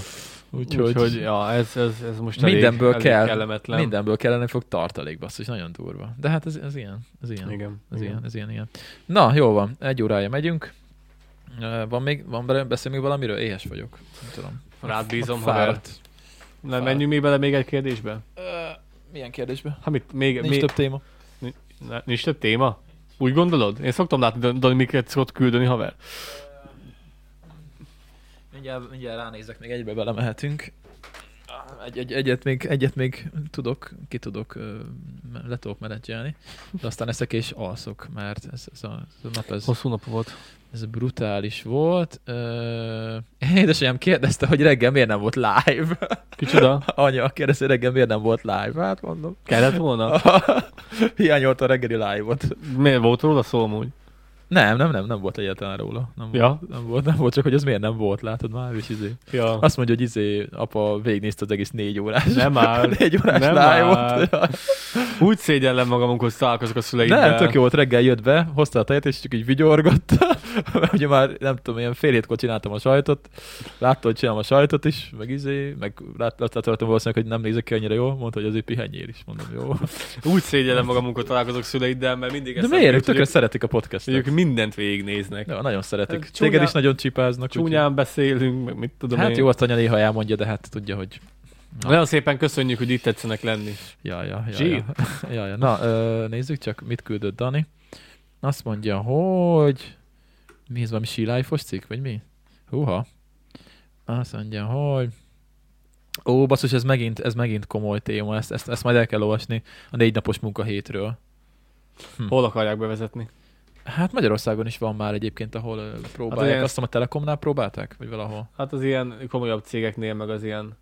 A: Úgyhogy,
B: úgyhogy ja, ez, ez, ez most elég,
A: mindenből
B: elég
A: kell,
B: kellemetlen.
A: mindenből kellene fog tartalék, basszus, nagyon durva. De hát ez, ez ilyen, ez ilyen, igen,
B: Igen,
A: ez
B: igen.
A: ilyen, ez ilyen, ilyen. Na, jó van, egy órája megyünk. Ö, Van még, van bele, beszél még valamiről? Éhes vagyok. Nem tudom.
B: Rád bízom, haver.
A: Fáradt.
B: Nem, menjünk még bele még egy kérdésbe?
A: Ö, Milyen kérdésbe?
B: Hát mit, még,
A: Nincs
B: még,
A: több téma.
B: ne, nincs több téma? Úgy gondolod? Én szoktam látni Don- Dani miket szokott küldeni, haver.
A: Mindjárt, mindjárt ránézek, még egybe belemehetünk. Egy, egy, egyet, még, egyet még tudok, ki tudok, ö, me- le tudok menedzselni, de aztán eszek és alszok, mert ez, ez, a, ez a nap ez,
B: Hosszú nap volt.
A: ez brutális volt. Ö, édesanyám kérdezte, hogy reggel miért nem volt live. <laughs>
B: Kicsoda?
A: Anya kérdezte, hogy reggel miért nem volt live. Hát mondom,
B: Kellett volna?
A: <laughs> hiányolta a reggeli live-ot.
B: Miért volt róla szó amúgy?
A: Nem, nem, nem, nem volt egyáltalán róla. Nem,
B: Ja.
A: volt, nem, volt, nem volt, csak hogy ez miért nem volt, látod már, és izé.
B: Ja.
A: Azt mondja, hogy izé, apa végignézte az egész négy órás.
B: Nem áll.
A: <laughs> négy órás
B: Nem áll.
A: live-ot. Ja.
B: Úgy szégyellem magam, amikor találkozok a szüleimmel.
A: Nem, tök jó volt, reggel jött be, hozta a tejet, és csak így vigyorgott. <laughs> Mert ugye már, nem tudom, ilyen fél hétkor csináltam a sajtot, látta, hogy csinálom a sajtot is, meg izé, meg lát- láttam valószínűleg, hogy nem nézek ki annyira jól, mondta, hogy azért pihenjél is, mondom, jó.
B: Úgy szégyellem magam, amikor találkozok szüleiddel, mert mindig
A: De
B: eszembe jut,
A: miért? Ők
B: hogy
A: tökre
B: ők-
A: szeretik a
B: hogy szóval ők
A: podcastot.
B: mindent végignéznek.
A: Ja, nagyon szeretik.
B: Csúnyán-
A: Téged is nagyon csipáznak. úgyhogy-
B: csúnyán beszélünk, meg mit tudom
A: Hát
B: én.
A: jó, azt anya néha elmondja, de hát tudja, hogy
B: Nagyon szépen köszönjük, hogy itt tetszenek lenni.
A: Ja, ja, ja,
B: Zsír.
A: ja. ja, <laughs> ja. Na, ö, nézzük csak, mit küldött Dani. Azt mondja, hogy... Mi ez valami sílájfos cikk, vagy mi? Húha. Azt mondja, hogy... Ó, basszus, ez megint, ez megint komoly téma, ezt, ezt, ezt majd el kell olvasni a négy napos munkahétről.
B: Hol akarják bevezetni?
A: Hát Magyarországon is van már egyébként, ahol ö, próbálják.
B: ilyen-
A: Azt hiszem a Telekomnál próbálták, vagy valahol.
B: Hát az ilyen komolyabb cégeknél, meg az ilyen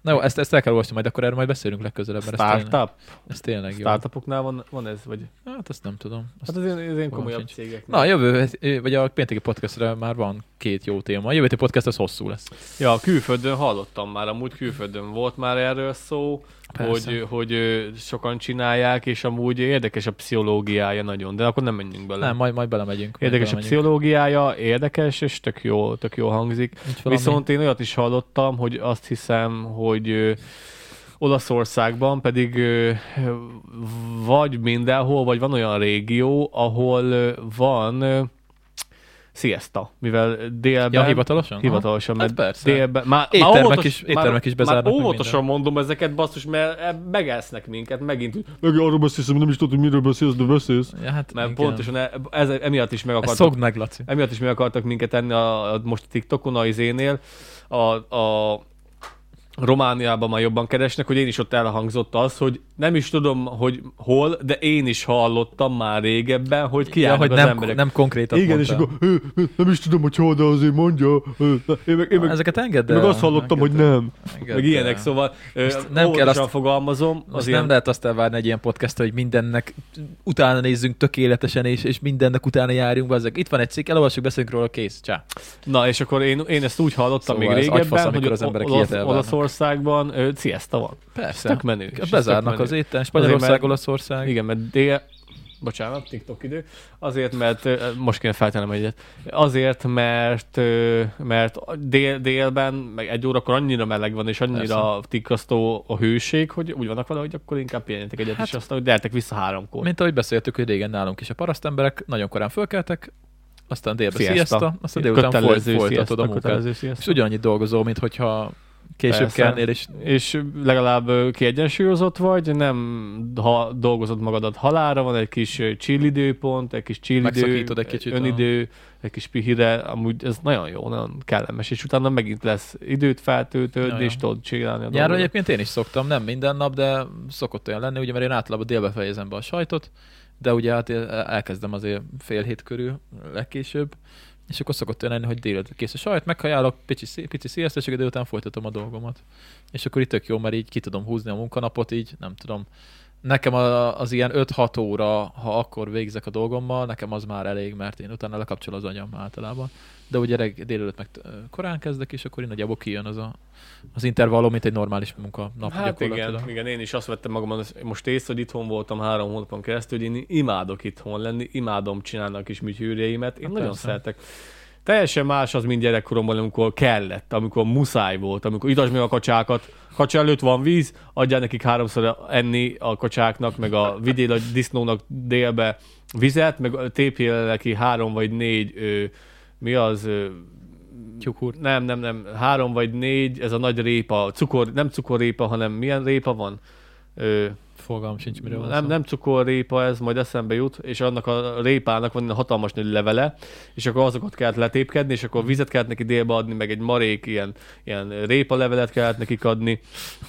A: Na jó, ezt, ezt el kell olvasni, majd akkor erről majd beszélünk legközelebb. Mert ez tényleg,
B: Startup?
A: ez tényleg jó.
B: Startupoknál van, van ez? Vagy?
A: Hát azt nem tudom. Azt
B: Hát az ilyen, az ilyen komolyabb
A: sincs.
B: cégek.
A: Na, a jövő, vagy a pénteki podcastra már van két jó téma. A jövő heti podcast az hosszú lesz.
B: Ja, a külföldön hallottam már, amúgy külföldön volt már erről szó,
A: Persze.
B: hogy, hogy ö, sokan csinálják, és amúgy érdekes a pszichológiája nagyon, de akkor nem menjünk bele.
A: Nem, majd, majd belemegyünk. majd
B: Érdekes a
A: belemegyünk.
B: psichológiája, érdekes, és tök jó, tök jó hangzik.
A: Nincs valami-
B: Viszont én olyat is hallottam, hogy azt hiszem, hogy ö, Olaszországban pedig ö, vagy mindenhol, vagy van olyan régió, ahol ö, van ö, siesta, mivel délben...
A: Ja, hivatalosan?
B: Hivatalosan,
A: Aha.
B: mert
A: Hát persze.
B: délben... Már,
A: Éttermek
B: már óvatos,
A: is- éttermek is bezárnak,
B: Már
A: meg
B: óvatosan mondom ezeket, basszus, mert e, megesznek minket megint. hogy Meg arról beszélsz, amit nem is tudod, hogy miről beszélsz, de beszélsz.
A: Ja, hát
B: Mert
A: igen.
B: pontosan e- ez, emiatt is meg
A: Ezt
B: akartak
A: szokd meg, Laci.
B: Emiatt is meg akartak minket enni a, a most a TikTokon, a izénél. A, a Romániában már jobban keresnek, hogy én is ott elhangzott az, hogy nem is tudom, hogy hol, de én is hallottam már régebben, hogy
A: Ja,
B: kiállnak
A: hogy
B: az
A: nem,
B: emberek.
A: nem konkrétan
B: Igen, és
A: mondtál.
B: akkor "Ö, ö, nem is tudom, hogy hol, de azért mondja. Ö, Én meg, én meg,
A: Ezeket engedd
B: én meg
A: el.
B: azt hallottam, hogy
A: Engedd el.
B: nem.
A: Engedd
B: Meg
A: el.
B: ilyenek, szóval
A: Most
B: nem
A: nem kell
B: kell
A: azt-
B: fogalmazom.
A: Most nem lehet azt elvárni egy ilyen podcast, hogy mindennek utána nézzünk tökéletesen, és, és mindennek utána járjunk be. Ezek. Itt van egy cikk, elolvassuk, beszélünk róla, kész, csá.
B: Na, és akkor én, én ezt úgy hallottam
A: Szóval
B: még
A: ez
B: régebben,
A: agyfasz,
B: hogy
A: amikor az emberek
B: Olasz,
A: ilyet elvárnak.
B: Olaszországban ö, siesta van.
A: Persze.
B: Tök menő. És ez
A: Bezárnak
B: tök
A: az
B: menő.
A: étterem, Spanyolország,
B: mert-
A: Olaszország.
B: Igen, mert dél... Bocsánat, TikTok idő. Azért, mert ö, most kéne feltennem egyet. Azért, mert, ö, mert dél, délben, meg egy órakor annyira meleg van, és annyira tikasztó a hőség, hogy úgy vannak vele, hogy akkor inkább pihenjetek egyet,
A: Hát-
B: hát, és aztán hogy dertek vissza háromkor.
A: Mint ahogy beszéltük, hogy régen nálunk is a paraszt emberek nagyon korán fölkeltek, aztán délbe
B: Siesta.
A: siesta, aztán délután foly- folytatod
B: siesta,
A: a munkát.
B: kötelező siesta.
A: És ugyanannyit dolgozol, mint hogyha később
B: Persze.
A: kellnél, és
B: és legalább ö, kiegyensúlyozott vagy, nem ha dolgozod magadat halára, van egy kis ö, chill időpont, egy kis chill idő,
A: Megszakítod egy kicsit a-
B: önidő, egy kis pihire, amúgy ez nagyon jó, nagyon kellemes, és utána megint lesz időt
A: Ja,
B: feltöltöd,
A: ja.
B: és tudod csinálni a
A: Nyáron
B: dolgodat.
A: egyébként én is szoktam, nem minden nap, de szokott olyan lenni, ugye, mert én általában délbe fejezem be a sajtot, de ugye hát én elkezdem azért fél hét körül legkésőbb, és akkor szokott olyan lenni, hogy délután kész a sajt, meghajálok, pici, szí- pici sziasztás, de délután folytatom a dolgomat. És akkor itt tök jó, mert így ki tudom húzni a munkanapot, így nem tudom. Nekem a- az ilyen 5-6 óra, ha akkor végzek a dolgommal, nekem az már elég, mert én utána lekapcsol az agyam általában. De ugye reg, délelőtt meg ö, korán kezdek, és akkor én nagyjából kijön az a, az intervallum, mint egy normális munka nap
B: Hát igen, igen, én is azt vettem magamon az- most észre, hogy itthon voltam három hónapon keresztül, hogy én imádok itthon lenni, imádom csinálni a kis műhűrjeimet, én
A: Hát
B: nagyon
A: persze.
B: szeretek. Teljesen más az, mint gyerekkoromban, amikor kellett, amikor muszáj volt, amikor itasd meg a kacsákat, kacsa előtt van víz, adjál nekik háromszor enni a kacsáknak, meg a vigyél a disznónak délbe vizet, meg tépjél neki három vagy négy, ö, mi az, ö,
A: Tyukur.
B: nem, nem, nem, három vagy négy, ez a nagy répa, cukor, nem cukorrépa, hanem milyen répa van? Ö,
A: Fogalmam sincs, miről van
B: nem,
A: szó.
B: nem cukorrépa ez, majd eszembe jut, és annak a répának van ilyen hatalmas nagy levele, és akkor azokat kellett letépkedni, és akkor vizet kellett neki délbe adni, meg egy marék ilyen, ilyen répa levelet kellett nekik adni,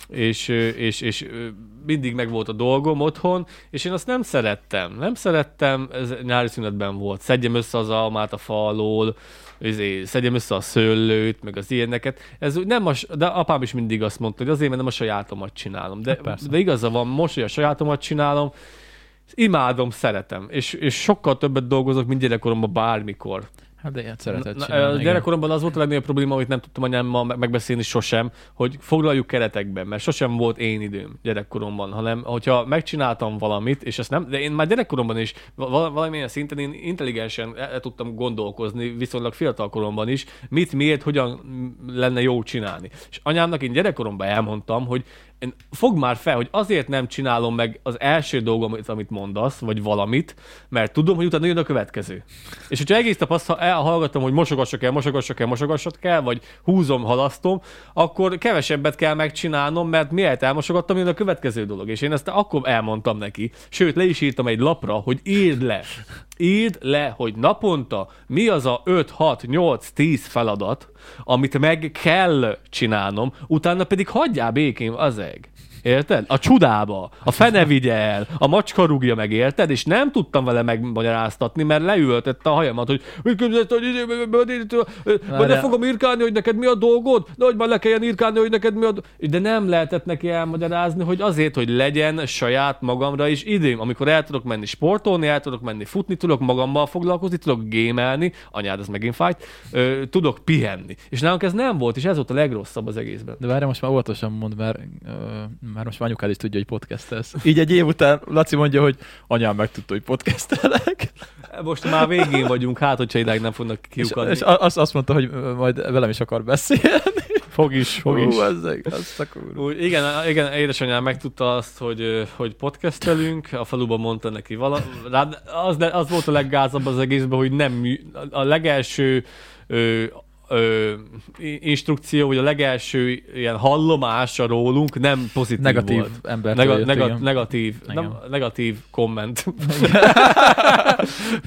B: és, ö, és, és ö, mindig meg volt a dolgom otthon, és én azt nem szerettem, nem szerettem, ez nyári szünetben volt, szedjem össze az almát a fa alól, izé, szedjem össze a szőlőt, meg az ilyeneket. Ez úgy nem a, s- de apám is mindig azt mondta, hogy azért, mert nem a sajátomat csinálom. De,
A: persze.
B: de igaza van, most, hogy a sajátomat csinálom, imádom, szeretem, és, és sokkal többet dolgozok, mint gyerekkoromban bármikor.
A: Hát de ilyen szeretett
B: Na,
A: csinálni,
B: ö,
A: igen.
B: gyerekkoromban az volt a legnagyobb probléma, amit nem tudtam anyámmal me- megbeszélni sosem, hogy foglaljuk keretekbe, mert sosem volt én időm gyerekkoromban, hanem hogyha megcsináltam valamit, és ezt nem, de én már gyerekkoromban is va- val- valamilyen szinten én intelligensen el, el tudtam gondolkozni, viszonylag fiatal koromban is, mit, miért, hogyan m- lenne jó csinálni. És anyámnak én gyerekkoromban elmondtam, hogy én fogd már fel, hogy azért nem csinálom meg az első dolgom, amit- amit mondasz, vagy valamit, mert tudom, hogy utána jön a következő. És hogyha egész nap azt ha- elhallgatom, hogy mosogassak el, mosogassak el, mosogassak el, vagy húzom, halasztom, akkor kevesebbet kell megcsinálnom, mert miért elmosogattam, jön a következő dolog. És én ezt akkor elmondtam neki, sőt, le is írtam egy lapra, hogy írd le. Írd le, hogy naponta mi az a 5, 6, 8, 10 feladat, amit meg kell csinálnom, utána pedig hagyjál békén az eg. Érted? A csudába. A fene vigye el. A macska rúgja meg, érted? És nem tudtam vele megmagyaráztatni, mert leültette a hajamat, hogy mit képzelsz, hogy izé, b- b- b- majd le fogom írkálni, hogy neked mi a dolgod? De hogy már le kelljen írkálni, hogy neked mi a do-" De nem lehetett neki elmagyarázni, hogy azért, hogy legyen saját magamra is időm, amikor el tudok menni sportolni, el tudok menni futni, tudok magammal foglalkozni, tudok gémelni, anyád, ez megint fájt, ö, tudok pihenni. És nálunk ez nem volt, és ez volt a legrosszabb az egészben.
A: De várj, most már óvatosan mond, mert ö, már most már anyukád is tudja, hogy podcastelsz. Így egy év után Laci mondja, hogy anyám megtudta, hogy podcastelek.
B: Most már végén vagyunk, hát hogyha idáig nem fognak
A: És,
B: kiukadni.
A: és azt, azt mondta, hogy ö, majd velem is akar beszélni.
B: <laughs> fog is,
A: Hú, az, az a kurva.
B: Úgy, igen, igen, édesanyám megtudta azt, hogy, ö, hogy podcastelünk, a faluban mondta neki vala, rá, az, le- az volt a leggázabb az egészben, hogy nem mű, a legelső ö, ö, i- instrukció, vagy a legelső ilyen hallomása rólunk nem pozitív
A: Negatív
B: volt.
A: ember.
B: Nega, nega, negatív, nem,
A: Igen.
B: negatív komment. <laughs>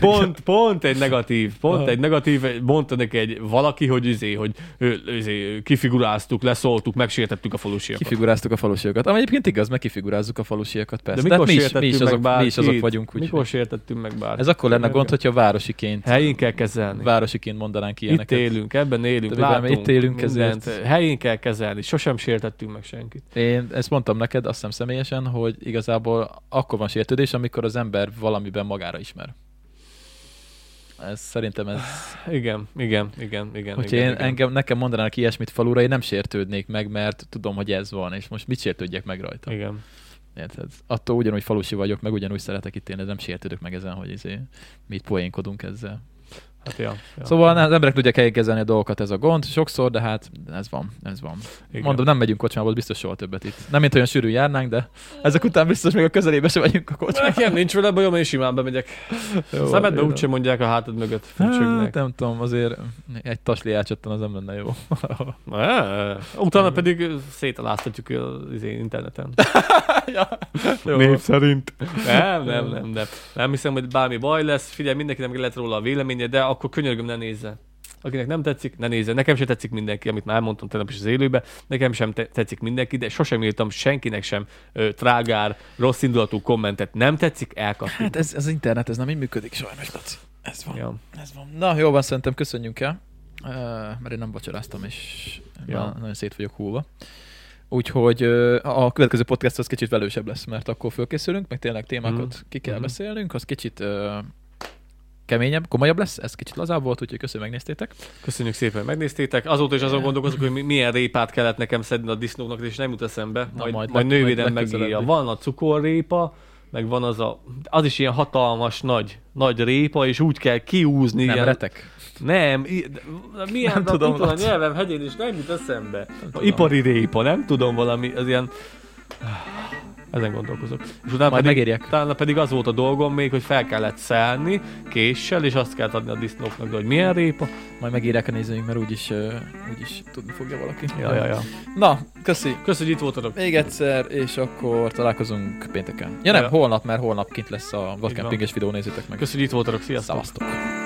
B: pont, pont egy negatív, pont
A: Aha.
B: egy negatív, mondta neki egy valaki, hogy izé, hogy ö, izé, kifiguráztuk, leszóltuk, megsértettük a falusiakat.
A: Kifiguráztuk a falusiakat. Ami egyébként igaz, meg kifigurázzuk a falusiakat, persze.
B: De mikor
A: Tehát mi, is, mi,
B: sértettünk
A: is
B: meg
A: azok, mi is azok
B: bárkit?
A: vagyunk. Úgy.
B: Mikor sértettünk meg bárkit?
A: Ez akkor lenne gond, hogyha városiként,
B: Helyén kell kezelni.
A: városiként mondanánk
B: Itt
A: ilyeneket.
B: élünk, ebben élünk,
A: De mivel mi
B: látunk
A: itt élünk,
B: mindent.
A: ezért-
B: Helyén kell kezelni, sosem sértettünk meg senkit.
A: Én ezt mondtam neked, azt hiszem személyesen, hogy igazából akkor van sértődés, amikor az ember valamiben magára ismer. Ez szerintem ez...
B: Igen, igen, igen, igen.
A: Hogyha
B: igen,
A: én
B: igen.
A: engem, nekem mondanának ilyesmit falura, én nem sértődnék meg, mert tudom, hogy ez van, és most mit sértődjek meg rajta?
B: Igen.
A: Érted? Attól ugyanúgy falusi vagyok, meg ugyanúgy szeretek itt élni, nem sértődök meg ezen, hogy izé, mit poénkodunk ezzel.
B: Hát ja, ja.
A: Szóval nem, az emberek tudják elkezelni a dolgokat, ez a gond, sokszor, de hát ez van, ez van.
B: Igen.
A: Mondom, nem megyünk kocsmából, biztos soha többet itt. Nem, mint olyan sűrűn járnánk, de ezek után biztos még a közelébe se vagyunk a kocsmába.
B: Nekem nincs vele bajom, én simán bemegyek.
A: Jó,
B: Szemedbe
A: jó.
B: úgyse mondják a hátad mögött.
A: Hát,
B: Fűcsögnek.
A: nem tudom, azért egy tasli elcsattan, az nem lenne
B: <laughs>
A: jó.
B: Ne. Utána pedig szétaláztatjuk az izé, interneten.
A: ja,
B: szerint. Nem, nem, nem, nem. Nem hiszem, hogy bármi baj lesz. Figyelj, mindenkinek lehet róla a véleménye, de akkor könyörgöm, ne nézze. Akinek nem tetszik, ne nézze. Nekem sem tetszik mindenki, amit már elmondtam tegnap is az élőben. Nekem sem te- tetszik mindenki, de sosem írtam senkinek sem ö, trágár, rossz indulatú kommentet. Nem tetszik, elkapjuk.
A: Hát ez, az internet, ez nem így működik sajnos, Laci. Ez van.
B: Ja.
A: Ez van. Na, jó van, szerintem köszönjünk el, Ö, mert én nem vacsoráztam, és
B: Ja.
A: ja. nagyon szét vagyok húlva. Úgyhogy ö, a következő podcast az kicsit velősebb lesz, mert akkor fölkészülünk, meg tényleg témákat
B: Mhm.
A: ki kell
B: Mhm.
A: beszélnünk, az kicsit ö, keményebb, komolyabb lesz, ez kicsit lazább volt, úgyhogy köszönöm, megnéztétek.
B: Köszönjük szépen, hogy megnéztétek. Azóta is azon gondolkozok, hogy mi- milyen répát kellett nekem szedni a disznóknak, és nem jut eszembe.
A: majd
B: Majd, majd,
A: leg-
B: majd nővérem
A: majd
B: megírja.
A: legközelebb.
B: Van a cukorrépa, meg van az a... Az is ilyen hatalmas, nagy, nagy répa, és úgy kell kiúzni.
A: Nem
B: ilyen...
A: retek.
B: Nem, i... de- milyen
A: Nem
B: nem
A: tudom,
B: tudom, itt van a
A: Laci.
B: nyelvem hegyén, és nem jut eszembe. A
A: tudom.
B: ipari répa, nem tudom valami, az ilyen... Ezen gondolkozok. És utána
A: Majd
B: pedig,
A: megírják.
B: utána pedig az volt a dolgom még, hogy fel kellett szelni késsel, és azt kellett adni a disznóknak, de hogy milyen répa.
A: Majd megírják a nézőink, mert úgyis, ö, úgyis tudni fogja valaki.
B: Ja, ja, ja.
A: Na, köszi.
B: Köszönjük, hogy itt voltatok.
A: Még egyszer, és akkor találkozunk pénteken. Ja nem,
B: Ja.
A: holnap, mert holnap kint lesz a
B: Így van.
A: vadkempinges videó, nézzétek meg.
B: Köszönjük, hogy itt voltatok. Sziasztok.
A: Szevasztok!